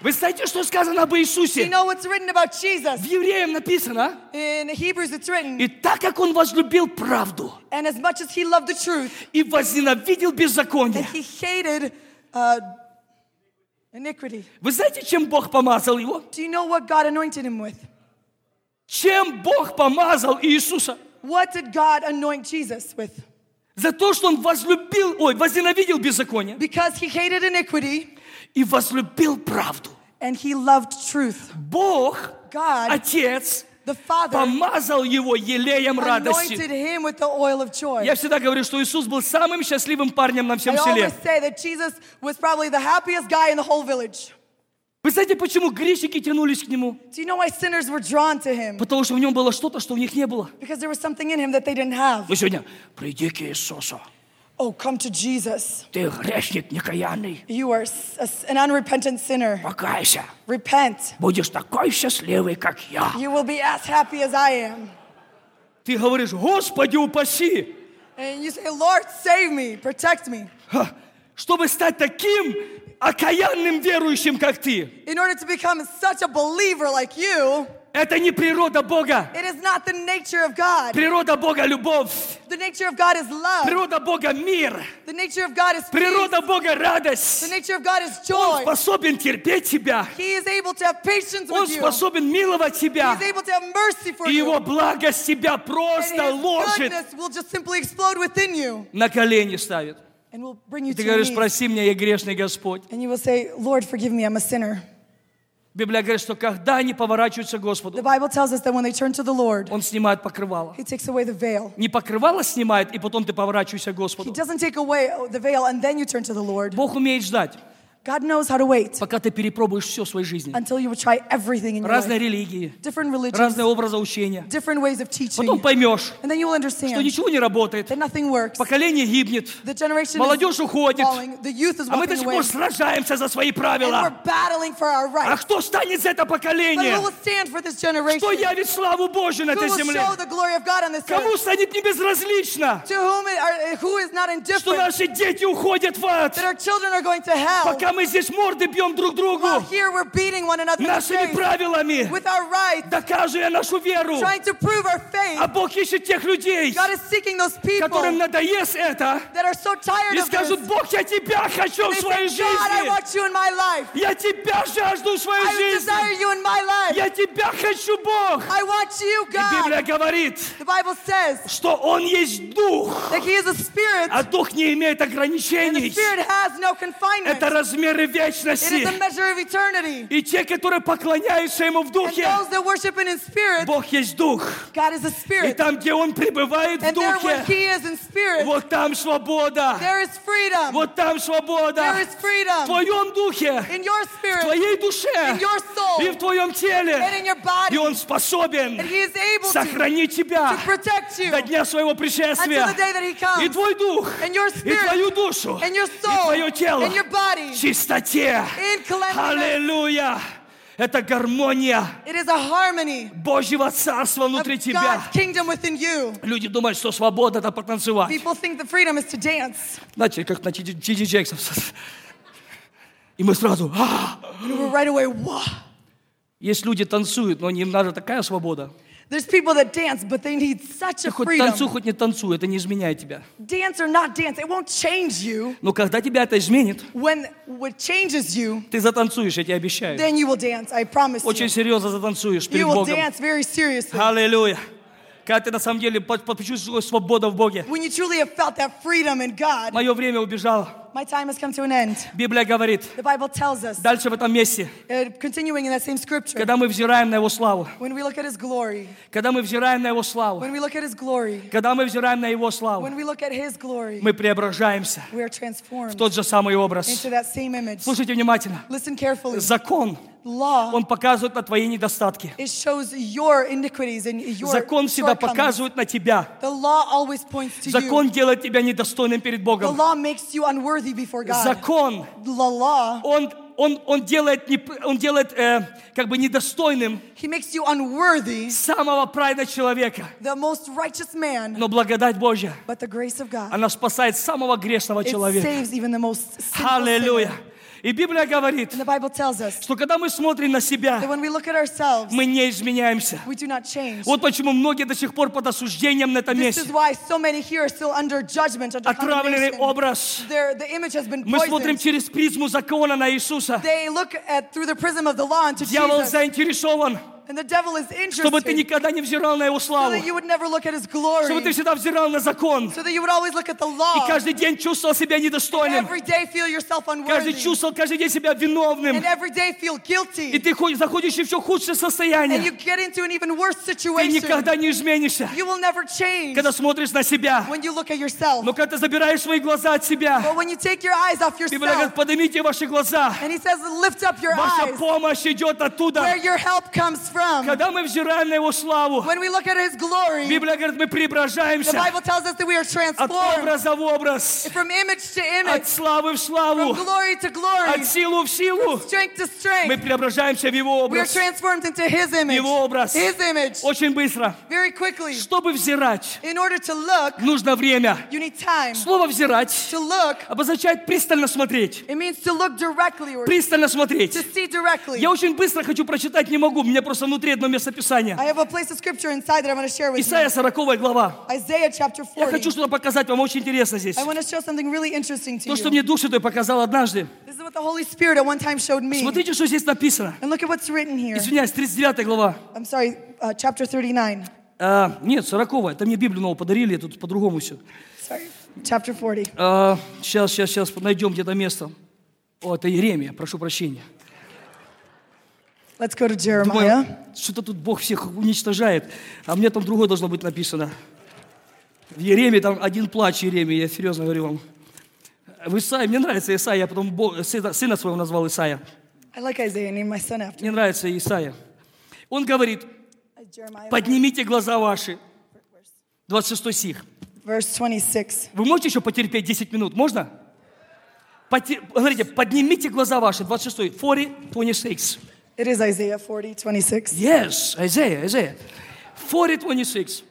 Вы знаете, что сказано об
You
Иисусе?
know what's written about
В
Jesus?
Евреям написано,
In Hebrews it's written,
и так как он возлюбил правду
and as much as He loved the truth,
и возненавидел беззаконие.
He hated uh, iniquity.
Вы знаете, чем Бог помазал его?
Do you know what God anointed Him with?
Чем Бог помазал Иисуса?
What did God anoint Jesus with?
За то, что он возлюбил, ой, возненавидел беззаконие
Because He hated iniquity
и возлюбил правду.
and He loved truth.
Bог,
God,
Отец,
the Father,
помазал его елеем радости.
anointed Him with the oil of joy.
Я всегда говорю, что Иисус был самым счастливым парнем на всем
I
селе.
always say that Jesus was probably the happiest guy in the whole village.
Вы знаете, почему грешники тянулись к нему?
Do you know why sinners were drawn to him?
Потому что в нем было что-то, что у них не было.
Because there was something in him that they didn't have.
Но сегодня приди к Иисусу.
Oh, come to Jesus.
Ты грешник некаянный.
You are s- a s- an unrepentant sinner.
Покайся.
Repent.
Будешь такой счастливый, как я.
You will be as happy as I am.
Ты говоришь, Господи, упаси.
And you say, Lord, save me, protect me.
Ха. Чтобы стать таким окаянным верующим, как ты.
In order to become such a believer like you,
Это не природа Бога.
it is not the nature of God.
Природа Бога – любовь.
The nature of God is love.
Природа Бога – мир.
The nature of God is peace.
Природа Бога –
The
радость.
nature of God is
Он
joy.
способен терпеть тебя.
He is able to have patience
Он
with you. He
способен миловать тебя.
is able to have mercy for
И
you.
его благость тебя просто
And his
ложит.
goodness will just simply explode within you
На колени ставит.
and will bring you
Ты
to
говоришь,
your knees.
прости меня, я грешный Господь.
And you will say, Lord, forgive me, I'm a sinner.
Библия говорит, что когда они поворачиваются к
The
Господу,
Bible tells us that when they turn to the Lord,
Он снимает покрывало.
He takes away the veil.
Не покрывало снимает, и потом ты поворачиваешься к
He
Господу.
doesn't take away the veil and then you turn to the Lord.
Бог умеет ждать.
God knows how to wait
пока ты перепробуешь все в своей жизни.
until you try everything in your
Разные
life.
религии,
Different religions,
разные образы учения.
different ways of
Потом
teaching.
поймешь,
And then you will
что
understand
ничего не работает.
that nothing works.
Поколение гибнет.
The generation is
Молодежь уходит.
falling. The youth is
А мы до
walking
сих
away.
пор сражаемся за свои
And
правила.
we're battling for our
А
rights.
кто станет за это
But
поколение?
who will stand for this
Кто
generation?
явит славу Божию на
Who
этой
will
земле?
show the glory of God on this
Кому
earth?
станет не безразлично,
To whom it- are, who is not
что
indifferent
наши дети уходят в ад?
that our children are going to hell?
Пока мы здесь морды бьем друг другу
While here we're beating one another in the
нашими
face
правилами,
with our rights,
доказывая нашу веру.
trying to prove our
А
faith.
Бог ищет тех людей,
God is seeking those people
которым надоест это,
that are so tired
и
of this.
скажут, Бог, я тебя хочу в
They
своей
say, God, I
жизни.
want you in my life.
Я тебя жажду в своей
I desire
жизни.
you in my life.
Я тебя хочу, Бог.
I want you,
И Библия
God.
говорит,
The Bible says
что Он есть Дух,
that He is a spirit,
а Дух не имеет
and the
ограничений.
spirit has no confinement.
Это размеры
It is the
вечности.
measure of eternity.
И те, которые поклоняются Ему в
And
Духе,
those that worship Him in spirit,
Бог есть Дух.
God is a
И
spirit.
там, где Он пребывает в
And there where
Духе,
He is in spirit,
вот там свобода.
there is freedom.
Вот там свобода.
There is
В
freedom
Твоем Духе,
in your
в
spirit,
Твоей душе
in your soul,
и в Твоем
and
теле.
in your body.
И Он способен
And He is able to,
сохранить тебя
to protect you
до дня своего
until
пришествия.
the day that He
И
comes.
твой дух,
And your
и
spirit,
твою душу,
and your
и
soul,
твое тело
and your body
в чистоте.
in cleanliness.
Аллилуйя! Это гармония
It is a harmony
Божьего Царства
of
внутри тебя.
God's kingdom within you.
Люди думают, что свобода это потанцевать.
People think the freedom is to dance.
Знаете, как на Чиди Чиди Джексон. И мы сразу, «А!»
And we're right away, wow.
Есть люди танцуют, но им надо такая свобода.
There's people that dance, but they need such
Ты
a
хоть танцуй,
freedom.
хоть не танцуй, это не изменяет тебя.
Dance or not dance, it won't change you.
Но когда тебя это изменит,
When what changes you,
ты затанцуешь, я тебе обещаю.
then you will dance. I promise
Очень
you.
серьезно затанцуешь перед
You will
Богом.
dance very seriously.
Аллилуйя. Когда ты на самом деле по- по- почувствуешь свободу в Боге.
When you truly have felt that freedom in God,
Мое время убежало.
my time has come to an end.
Библия говорит,
The Bible tells us,
дальше в этом месте,
uh, continuing in that same scripture,
когда мы взираем на Его славу,
when we look at His glory,
когда мы взираем на Его славу,
when we look at His glory,
когда мы взираем на Его славу,
when we look at His glory,
мы преображаемся
we are
в
transformed
тот же самый образ.
into that same image.
Слушайте внимательно.
Listen carefully.
Закон,
Law,
он показывает на твои недостатки.
it shows your iniquities and your
Закон всегда
shortcomings.
показывает на тебя.
The law always points to you.
Закон делает тебя недостойным перед
The
Богом.
law makes you unworthy before God.
Закон,
The law,
он, он, он делает, неп- он делает э, как бы недостойным
he makes you unworthy,
самого праведного человека.
the most righteous man,
Но благодать Божья,
but the grace of God,
она spасает самого грешного
it
человека.
saves even the most sinful
Аллилуйя.
sinner.
И Библия говорит,
And the Bible tells us
что когда мы смотрим на
that
себя,
when we look at ourselves,
мы не изменяемся.
we do not change.
Вот почему многие до сих пор под осуждением на этом
This is
месте.
why so many here are still under judgment, under
Отравленный
condemnation.
образ.
Their, the image has been
Мы смотрим
poisoned.
через призму закона на Иисуса.
They look at through the prism of the law into
Дьявол
Jesus,
заинтересован,
and the devil is interested
чтобы ты
so
никогда не взирал на Его славу,
that you would never look at his
чтобы ты
glory,
всегда взирал на закон.
so that you would always look at the
И
law.
каждый день чувствовал себя недостойным.
Oh. Every day feel yourself
Каждый
unworthy.
чувствовал каждый день себя виновным.
And every day feel
И
guilty.
ты ходишь- заходишь и все худшее
And
состояние.
you get into an even worse
Ты
situation.
никогда не изменишься,
You will never change
когда смотришь на себя.
when you look at yourself.
Но когда ты забираешь свои глаза от себя,
But when you take your eyes off
Библия говорит,
yourself,
поднимите ваши глаза.
and he says, lift up your
Ваша
eyes
помощь идет
where
оттуда.
your help comes from.
Когда мы взираем на Его славу,
When we look at his glory,
Библия говорит, мы
the
преображаемся
Bible tells us that we are
от
transformed
образа в образ,
from image to
от
image,
славы в
from
славу,
glory to glory,
от силу в силу.
strength to
Мы
strength.
преображаемся в Его
We are
образ.
transformed into his
Его
image.
образ.
His image.
Очень быстро.
Very quickly.
Чтобы взирать,
In order to look,
нужно время.
you need time.
Слово «взирать»
To look
обозначает пристально смотреть.
It means to look directly or
Пристально
to
смотреть.
see directly.
Я очень быстро хочу прочитать, не могу. У меня просто внутри одно местописание.
I have a place of scripture inside that I'm going to share with
Исайя
you.
40 глава.
Isaiah chapter
Я хочу
40.
что-то показать вам, очень интересно здесь.
I want to show something really interesting to
То, что
you.
мне Дух Святой показал однажды.
This is what the Holy Spirit at one time showed me.
Смотрите, что здесь написано.
And look at what's written here.
Извиняюсь, 39 глава.
I'm sorry, uh, chapter 39.
А, нет, 40 Это мне Библию новую подарили, тут по-другому А, все.
Sorry, chapter 40.
сейчас, сейчас, сейчас найдем где-то место. О, это Еремия, прошу прощения.
Let's go to
Думаю,
Jeremiah.
что-то тут Бог всех уничтожает. А мне там другое должно быть написано. В Ереме там один плач Еремии, я серьезно говорю вам. В Исаии, мне нравится Исаия, потом Бог- сына сына своего назвал Исаия.
I like Isaiah. I named my son after
Мне нравится Исаия. Он говорит,
Jeremiah.
поднимите глаза ваши. 26 стих.
Verse 26.
Вы можете еще потерпеть 10 минут? Можно? Поте- Смотрите, поднимите глаза ваши. 26. 40, 26.
It is Isaiah 40, 26.
Yes, Isaiah, Isaiah. 40, 26.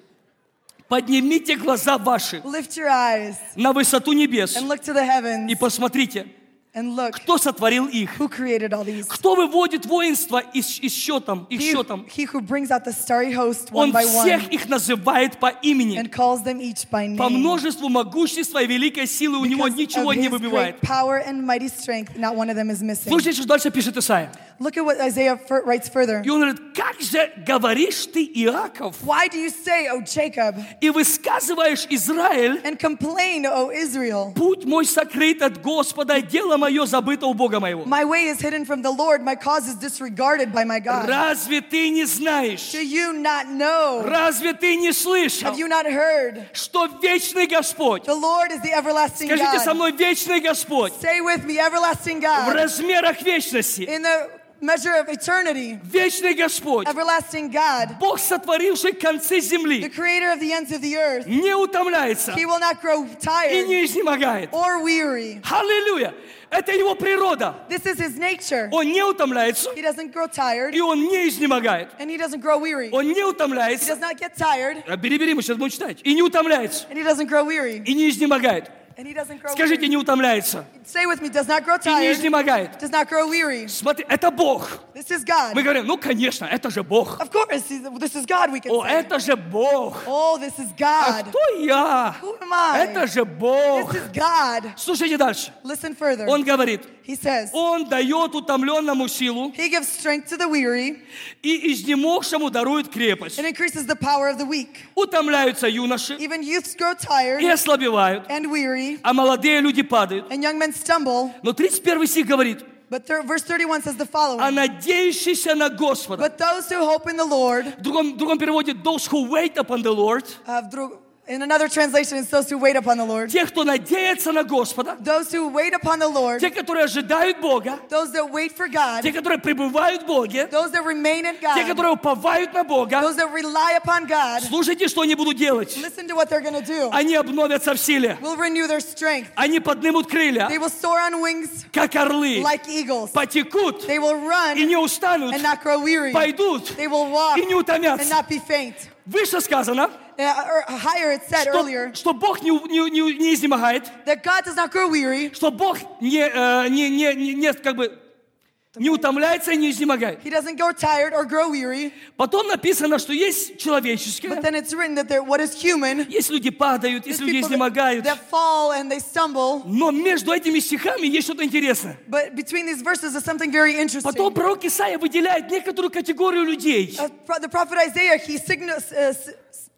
Поднимите глаза ваши
Lift your eyes
на высоту небес
and look to the heavens
и посмотрите,
and look
кто сотворил их.
who created all these.
Кто выводит воинство из, из счетом, их
He,
счетом?
he who brings out the starry host
Он
one by
всех
one
их называет по имени.
and calls them each by
По
name.
множеству могущества и великой силы у него
Because
ничего
of
не
his
выбивает.
great power and mighty strength, not one of them is missing.
Слушайте, что дальше пишет Исаия.
Look at what Isaiah fir- writes further.
И он говорит, как же говоришь ты, Иаков,
Why do you say, O Jacob,
и высказываешь Израиль,
and complain, O Israel?
путь мой сокрыт от Господа, дело мое забыто у Бога моего.
My way is hidden from the Lord, my cause is disregarded by my God.
Разве ты не знаешь?
Do you not know?
Разве ты не слышал,
Have you not heard?
что вечный Господь,
The Lord is the everlasting
скажите со
God.
мной, вечный Господь,
Say with me, everlasting
в
God.
размерах вечности,
In the measure of eternity,
вечный Господь,
everlasting God,
Бог, сотворивший концы
the
земли,
creator of the ends of the earth,
не утомляется
he will not grow
и
tired
не изнемогает.
or weary.
Аллилуйя! Это его природа.
This is his nature.
Он не утомляется
He doesn't grow tired
и он не изнемогает.
and he doesn't grow weary. He
Он не утомляется.
does not get tired
А, Бери, бери, мы сейчас будем читать. И не утомляется,
and he doesn't grow weary
и не изнемогает.
and he doesn't grow
Скажите,
weary.
не утомляется,
Say with me, does not grow
и не
tired,
изнемогает.
does not grow weary.
Смотри, это Бог.
This is God.
Мы говорим, ну, конечно, это же Бог.
Of course, he's- this is God we can
О,
say.
это же Бог.
Oh, this is
А
God.
кто я?
Who am I?
Это же Бог.
This is God.
Слушайте дальше.
Listen further.
Он говорит,
He says,
он дает утомленному силу
He gives strength to the weary
и изнемогшему дарует крепость.
and increases the power of the weak.
Утомляются юноши
Even youths grow
и
tired
ослабевают,
and weary,
а молодые люди падают.
and young men stumble.
Но 31 стих говорит,
But thir- verse 31 says the
а
following
надеющийся на Господа.
But those who hope in the Lord,
В другом, в другом переводе those who wait upon the Lord,
uh, through- in another translation, it's those who wait upon the Lord.
те, кто надеется на Господа,
Those who wait upon the Lord,
те, которые ожидают Бога,
those that wait for God,
те, которые пребывают в Боге,
those that remain in
те,
God,
которые уповают на Бога.
those that rely upon God,
Слушайте, что они будут делать.
listen to what they're going to do.
Они обновятся в силе.
Will renew their strength.
Они поднимут
They
крылья,
will soar on wings
как орлы.
like eagles.
Потекут
They will
и
run
не устанут.
and not grow weary.
Пойдут
They will walk
и не
and
утомятся.
not be faint.
Выше сказано,
Uh, or higher, it said
что,
earlier
что Бог не, у- не, не, не изнемогает,
that God does not grow weary.
что Бог не, э, не, не, не, не, как бы, не утомляется и не изнемогает.
He doesn't grow tired or grow weary.
Потом написано, что есть
But
человеческое,
then it's written that there, what is human
есть люди падают,
is
есть люди
people that,
изнемогают.
that fall and they stumble.
Но между этими стихами есть что-то интересное.
But between these verses is something very interesting.
Потом пророк Исаия выделяет некоторую категорию людей,
Uh, pro- the prophet Isaiah, he signals, uh, s-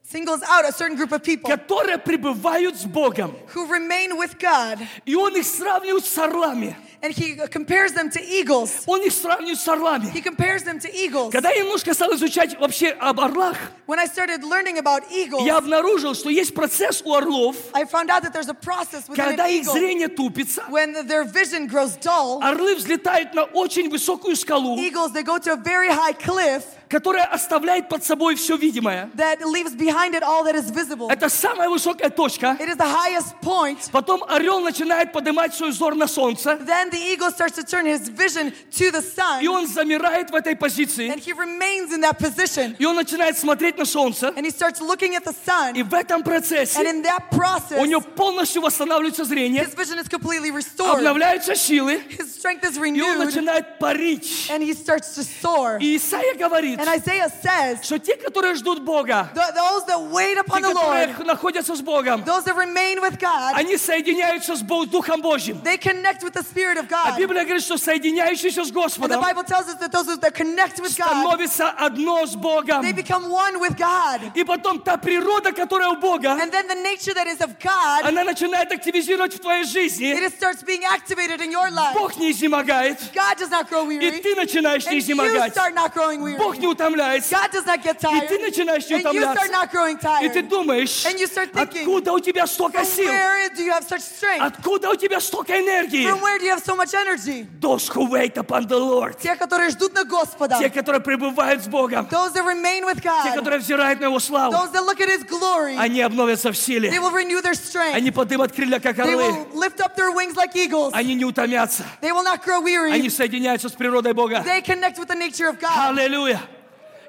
singles out a certain group of people
которые пребывают с Богом.
who remain with God.
И он их сравнивает с орлами.
And he uh, compares them to eagles.
Он их сравнивает с
He
орлами.
compares them to eagles.
Когда я немножко стал изучать вообще об орлах,
When I started learning about eagles,
я обнаружил, что есть процесс у орлов,
I found out that there's a process within
когда
an
их
eagle.
зрение тупится,
When their vision grows dull,
орлы взлетают на очень высокую скалу,
eagles they go to a very high cliff
которая оставляет под собой все видимое.
that leaves behind it all that is visible.
Это самая высокая точка.
It is the highest point.
Потом орел начинает поднимать свой взор на солнце,
Then the eagle starts to turn his vision to the
и
sun,
он замирает в этой позиции,
and he remains in that position.
и он начинает смотреть на солнце.
And he starts looking at the
И
sun,
в этом
and
процессе
in that
у
process,
него полностью восстанавливается зрение,
his vision is completely restored.
обновляются силы,
His strength is
и он
renewed,
начинает парить.
and he starts to soar.
И Исаия говорит,
And Isaiah says,
что те, которые ждут Бога,
"Th- those that wait
те,
upon the
которые
Lord,
находятся с Богом,
those that remain with God,
они соединяются с Бо- Духом Божьим.
they connect with the Spirit of
А
God.
Библия говорит, что соединяющиеся с
And the
Господом
Bible tells us that those that connect with God,
становится одно с Богом.
they become one with God.
И потом та природа, которая у Бога,
And then the nature that is of God,
она начинает активизировать в твоей
it
жизни.
is- starts being activated in your life.
Бог не изнемогает,
God does not grow
и
weary,
ты начинаешь не
and you
изнемогать.
start not growing weary.
Бог не утомляется.
God does not get tired.
ты начинаешь не
And you
утомляться.
start not growing
И
tired.
ты думаешь,
And you start thinking,
откуда у тебя столько
From
сил?
where do you have such strength?
Откуда у тебя столько энергии?
From where do you have so much energy?
Those who wait upon the Lord.
Те, которые ждут на Господа.
Те, которые пребывают с Богом.
Those that remain with
Те,
God.
которые взирают на Его славу.
Those that look at His glory.
Они обновятся в силе.
They will renew their strength.
Они поднимут крылья, как
They
орлы.
will lift up their wings like eagles.
Они не утомятся.
They will not grow weary.
Они соединяются с природой Бога.
They connect with the nature of God.
Аллилуйя.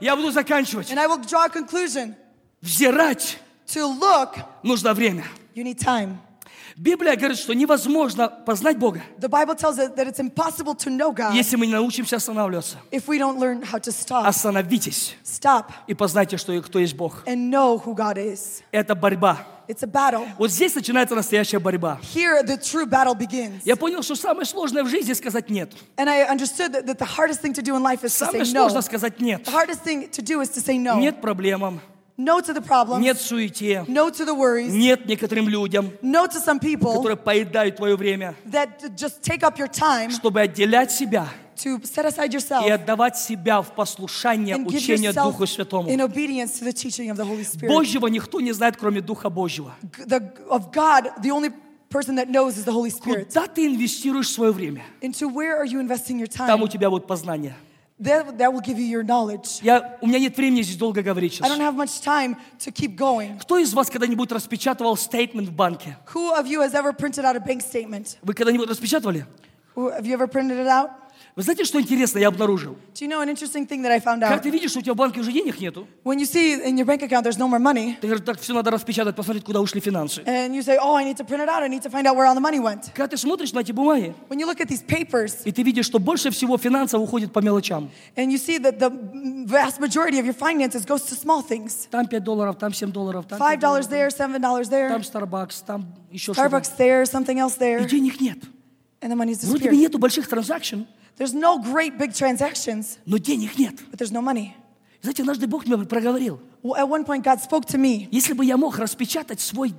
Я буду заканчивать.
And I will draw a conclusion.
Взирать
To look,
нужно время.
you need time.
Библия говорит, что невозможно познать Бога,
The Bible tells us that it's impossible to know God
если мы не научимся останавливаться.
if we don't learn how to stop.
Остановитесь
Stop
и познайте, что, кто есть Бог.
and know who God is.
Это борьба.
It's a battle.
Вот здесь начинается настоящая борьба.
Here, the true battle begins.
Я понял, что самое сложное в жизни сказать нет.
And I understood that, that the hardest thing to do in life is to
Самое
say no.
сложно
The
сказать нет.
hardest thing to do is to say no.
Нет проблемам,
No to the problem.
нет суете,
No to the worries.
нет некоторым людям,
No to some people
которые поедают твое время,
that just take up your time
чтобы отделять себя
to set aside
и
yourself
отдавать себя в послушание
and give
учению
yourself
Духу Святому.
in obedience to the teaching of the Holy Spirit.
Божьего никто не знает, кроме Духа Божьего.
G- the, of God, the only person that knows is the Holy Spirit.
Куда ты инвестируешь свое время?
Into where are you investing your
Там
time?
у тебя будет познание.
That, that will give you your knowledge.
Я, у меня нет времени здесь долго говорить
I don't
сейчас.
have much time to keep going.
Кто из вас когда-нибудь распечатывал стейтмент в банке?
Who of you has ever printed out a bank statement?
Вы когда-нибудь распечатывали?
Who, have you ever printed it out?
Вы знаете, что интересно, я обнаружил?
Do you know an interesting thing that I found
Как
out?
ты видишь, что у тебя в банке уже денег нету,
When you see in your bank account there's no more money,
ты говоришь, так все надо распечатать, посмотреть, куда ушли финансы.
and you say, Oh, I need to print it out, I need to find out where all the money went.
Когда ты смотришь на эти бумаги,
When you look at these papers
и ты видишь, что больше всего финансов уходит по мелочам.
and you see that the vast majority of your finances goes to small things
Там 5 долларов, там 7 долларов, там,
$5
5 долларов,
there, $7
там
there,
Starbucks, там еще что-то.
Starbucks there, something else
И
there,
денег нет.
and the money's
Вроде бы
disappeared.
нету больших транзакций,
There's no great big transactions,
но денег нет.
but there's no money.
Знаете, однажды Бог мне проговорил,
Well, at one point, God spoke to me.
если бы я мог распечатать свой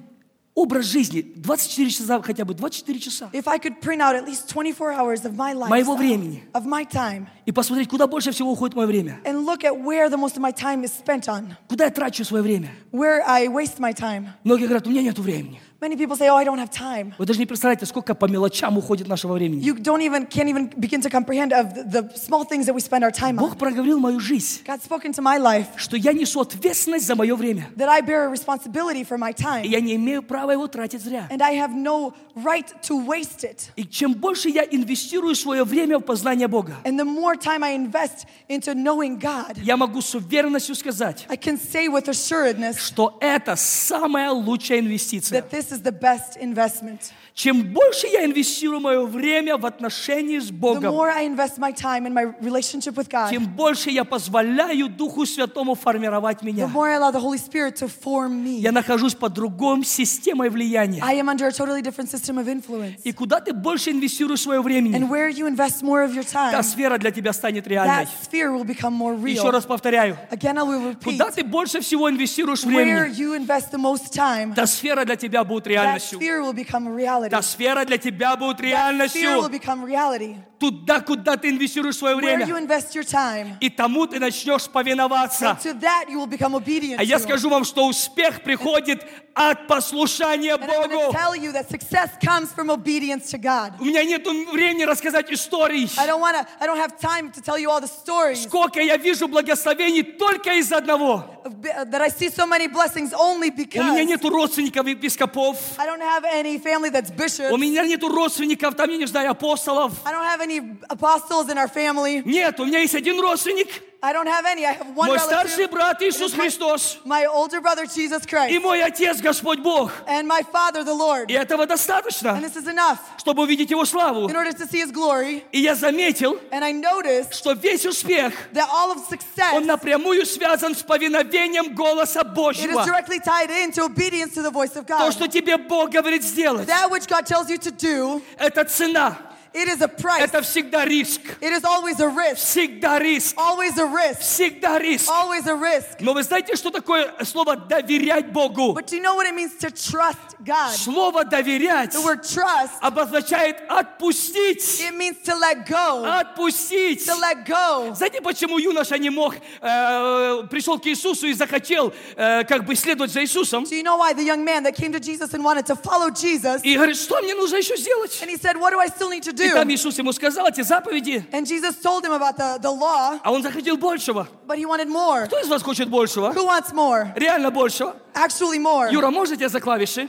образ жизни 24 часа хотя бы, 24 часа,
If I could print out at least 24 hours of my life,
Моего времени.
of my time,
и посмотреть, куда больше всего уходит мое время,
and look at where the most of my time is spent on,
куда я трачу свое время.
where I waste my time.
Многие говорят, у меня нет времени.
Many people say, "Oh, I don't have time."
Вы даже не представляете, сколько по мелочам уходит нашего времени.
You don't even can't even begin to comprehend of the, the small things that we spend our time
Бог
on.
проговорил мою жизнь,
God spoke into my life
что я несу ответственность за мое время.
that I bear a responsibility for my
И
time,
я не имею права его тратить зря.
and I have no right to waste it.
И чем больше я инвестирую свое время в познание Бога,
And the more time I invest into knowing God,
я могу с уверенностью сказать,
I can say with assuredness
что это самая лучшая инвестиция.
that this is the best investment.
Чем больше я инвестирую мое время в отношении с
The more
Богом,
I invest my time in my relationship with God,
тем больше я позволяю Духу Святому формировать
the
меня.
more I allow the Holy Spirit to form me.
Я нахожусь под другом системой влияния.
I am under a totally different system of influence.
И куда ты больше инвестируешь свое
And
время,
where you invest more of your
та
time,
сфера для тебя станет реальной.
that sphere will become more
Еще
real.
раз повторяю.
Again, I will repeat
Куда ты больше всего инвестируешь
where
времени,
you invest the most time,
та сфера для тебя будет
that
реальностью.
sphere will become a reality.
Та сфера для тебя будет
That sphere will
реальностью.
become reality.
Туда, куда ты инвестируешь свое
Where you
время.
invest your time,
И тому ты начнешь повиноваться.
and to that you will become obedient.
А я
to.
скажу вам, что успех приходит от послушания
And I'm going to
Богу.
tell you that success comes from obedience to God.
У меня нет времени рассказать историй.
I don't want to. I don't have time to tell you all the stories.
Сколько я вижу благословений только из одного.
of- uh, that I see so many blessings only
У меня
because
нету родственников епископов.
I don't have any family that's
У
bishops.
меня нету родственников, там, я не знаю, апостолов.
I don't have any apostles in our family.
Нет, у меня есть один родственник,
I don't have any. I have one
мой старший
relative.
брат Иисус
It is my-
Христос
My older brother, Jesus
и
Christ.
мой отец Господь Бог.
And my father, the Lord.
И этого
And
достаточно,
this is enough
чтобы увидеть Его славу.
in order to see his glory.
И я заметил,
And I noticed
что весь успех,
that all of
он
success,
напрямую связан с повиновением голоса
it is
Божьего.
directly tied into obedience to the voice of
То,
God.
что тебе Бог говорит сделать,
That which God tells you to do
это цена.
It is a price.
Это всегда риск.
It is always a risk.
Всегда риск.
Always a risk.
Всегда риск.
Always a risk.
Но вы знаете, что такое слово «доверять Богу»?
But do you know what it means to trust God?
Слово «доверять»
The word trust,
обозначает «отпустить».
it means to let go.
Отпустить.
To let go.
Знаете, почему юноша не мог, э, пришел к Иисусу и захотел э, как бы следовать за Иисусом?
Do you know why the young man that came to Jesus and wanted to follow Jesus?
И говорит, что мне нужно еще сделать?
And he said, What do I still need to
И там
do?
Иисус ему сказал эти заповеди,
And Jesus told him about the, the law,
а он захотел большего.
but he wanted more.
Кто из вас хочет большего?
Who wants more?
Реально большего?
Actually, more.
Юра, можете за клавиши?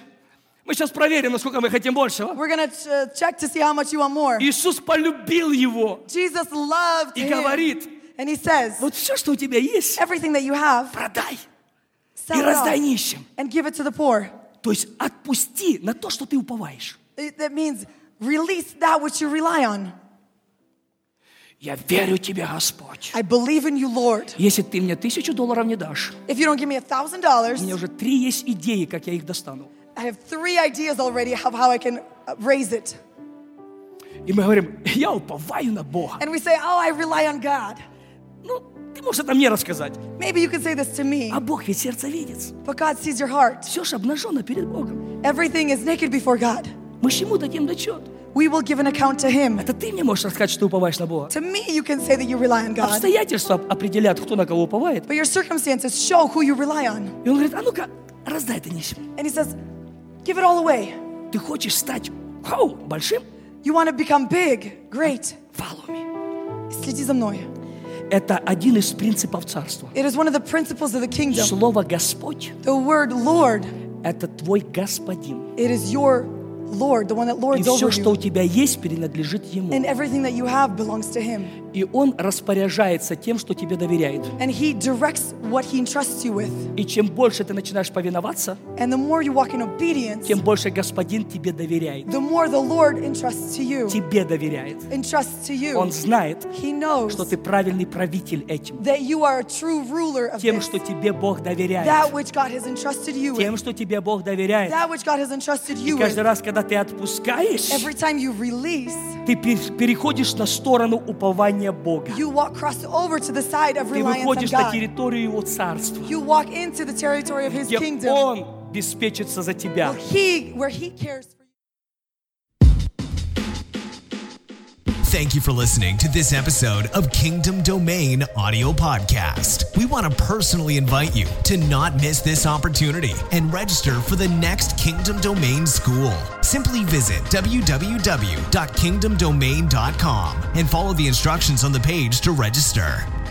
Мы сейчас проверим, насколько мы хотим большего.
We're going to uh, check to see how much you want more.
Иисус полюбил его
Jesus loved
и
him.
говорит,
And he says,
вот все, что у тебя есть,
Everything that you have,
продай и
sell it
раздай
all
нищим.
and give it to the poor.
То есть отпусти на то, что ты уповаешь.
It- That means release that which you rely on.
Я верю тебе, Господь.
I believe in you, Lord.
Если ты мне тысячу долларов не дашь,
If you don't give me a thousand
у меня
dollars,
уже три есть идеи, как я их достану.
I have three ideas already of how I can uh, raise it.
И мы говорим, я уповаю на Бога.
And we say, Oh, I rely on God.
Ну, ты можешь это мне рассказать.
Maybe you could say this to me,
А Бог ведь сердцевидец.
but God sees your heart.
Все же обнажено перед Богом.
Everything is naked before God.
Мы чему дадим дочет?
We will give an account to Him.
Это ты мне можешь рассказать, что ты уповаешь на Бога.
To me, you can say that you rely on God,
Обстоятельства определят, кто на кого уповает.
but your circumstances show who you rely on.
И он говорит, а ну-ка, раздай это нищим.
And He says, Give it all away.
Ты хочешь стать хау, большим?
You want to become big, great.
Follow me.
Следи за мной.
Это один из принципов царства.
It is one of the principles of the kingdom.
Слово «Господь»
The word Lord,
— это твой господин.
it is your Lord, the one that
И
lords over
все, что у
you.
тебя есть, принадлежит Ему.
And everything that you have belongs to Him.
И Он распоряжается тем, что тебе доверяет.
And He directs what He entrusts you with.
И чем больше ты начинаешь повиноваться,
And the more you walk in obedience,
тем больше Господин тебе доверяет.
the more the Lord entrusts to you.
Тебе доверяет.
Entrusts to
Он
you.
знает,
He
что
knows
ты правильный правитель этим.
that you are a true ruler of
Тем,
this.
что тебе Бог
That
доверяет.
which God has entrusted you
Тем,
with.
что тебе Бог доверяет.
That which God has entrusted
И
you
каждый
with.
раз, когда ты отпускаешь,
Every time you release,
ты пер- переходишь на сторону упования Бога.
you walk cross over to the side of
Ты
reliance on
выходишь на
God.
территорию Его Царства,
You walk into the territory of His
где
kingdom.
Он обеспечится за тебя.
Where He, where He cares for you.
Thank you for listening to this episode of Kingdom Domain Audio Podcast. We want to personally invite you to not miss this opportunity and register for the next Kingdom Domain School. Simply visit www.kingdomdomain.com and follow the instructions on the page to register.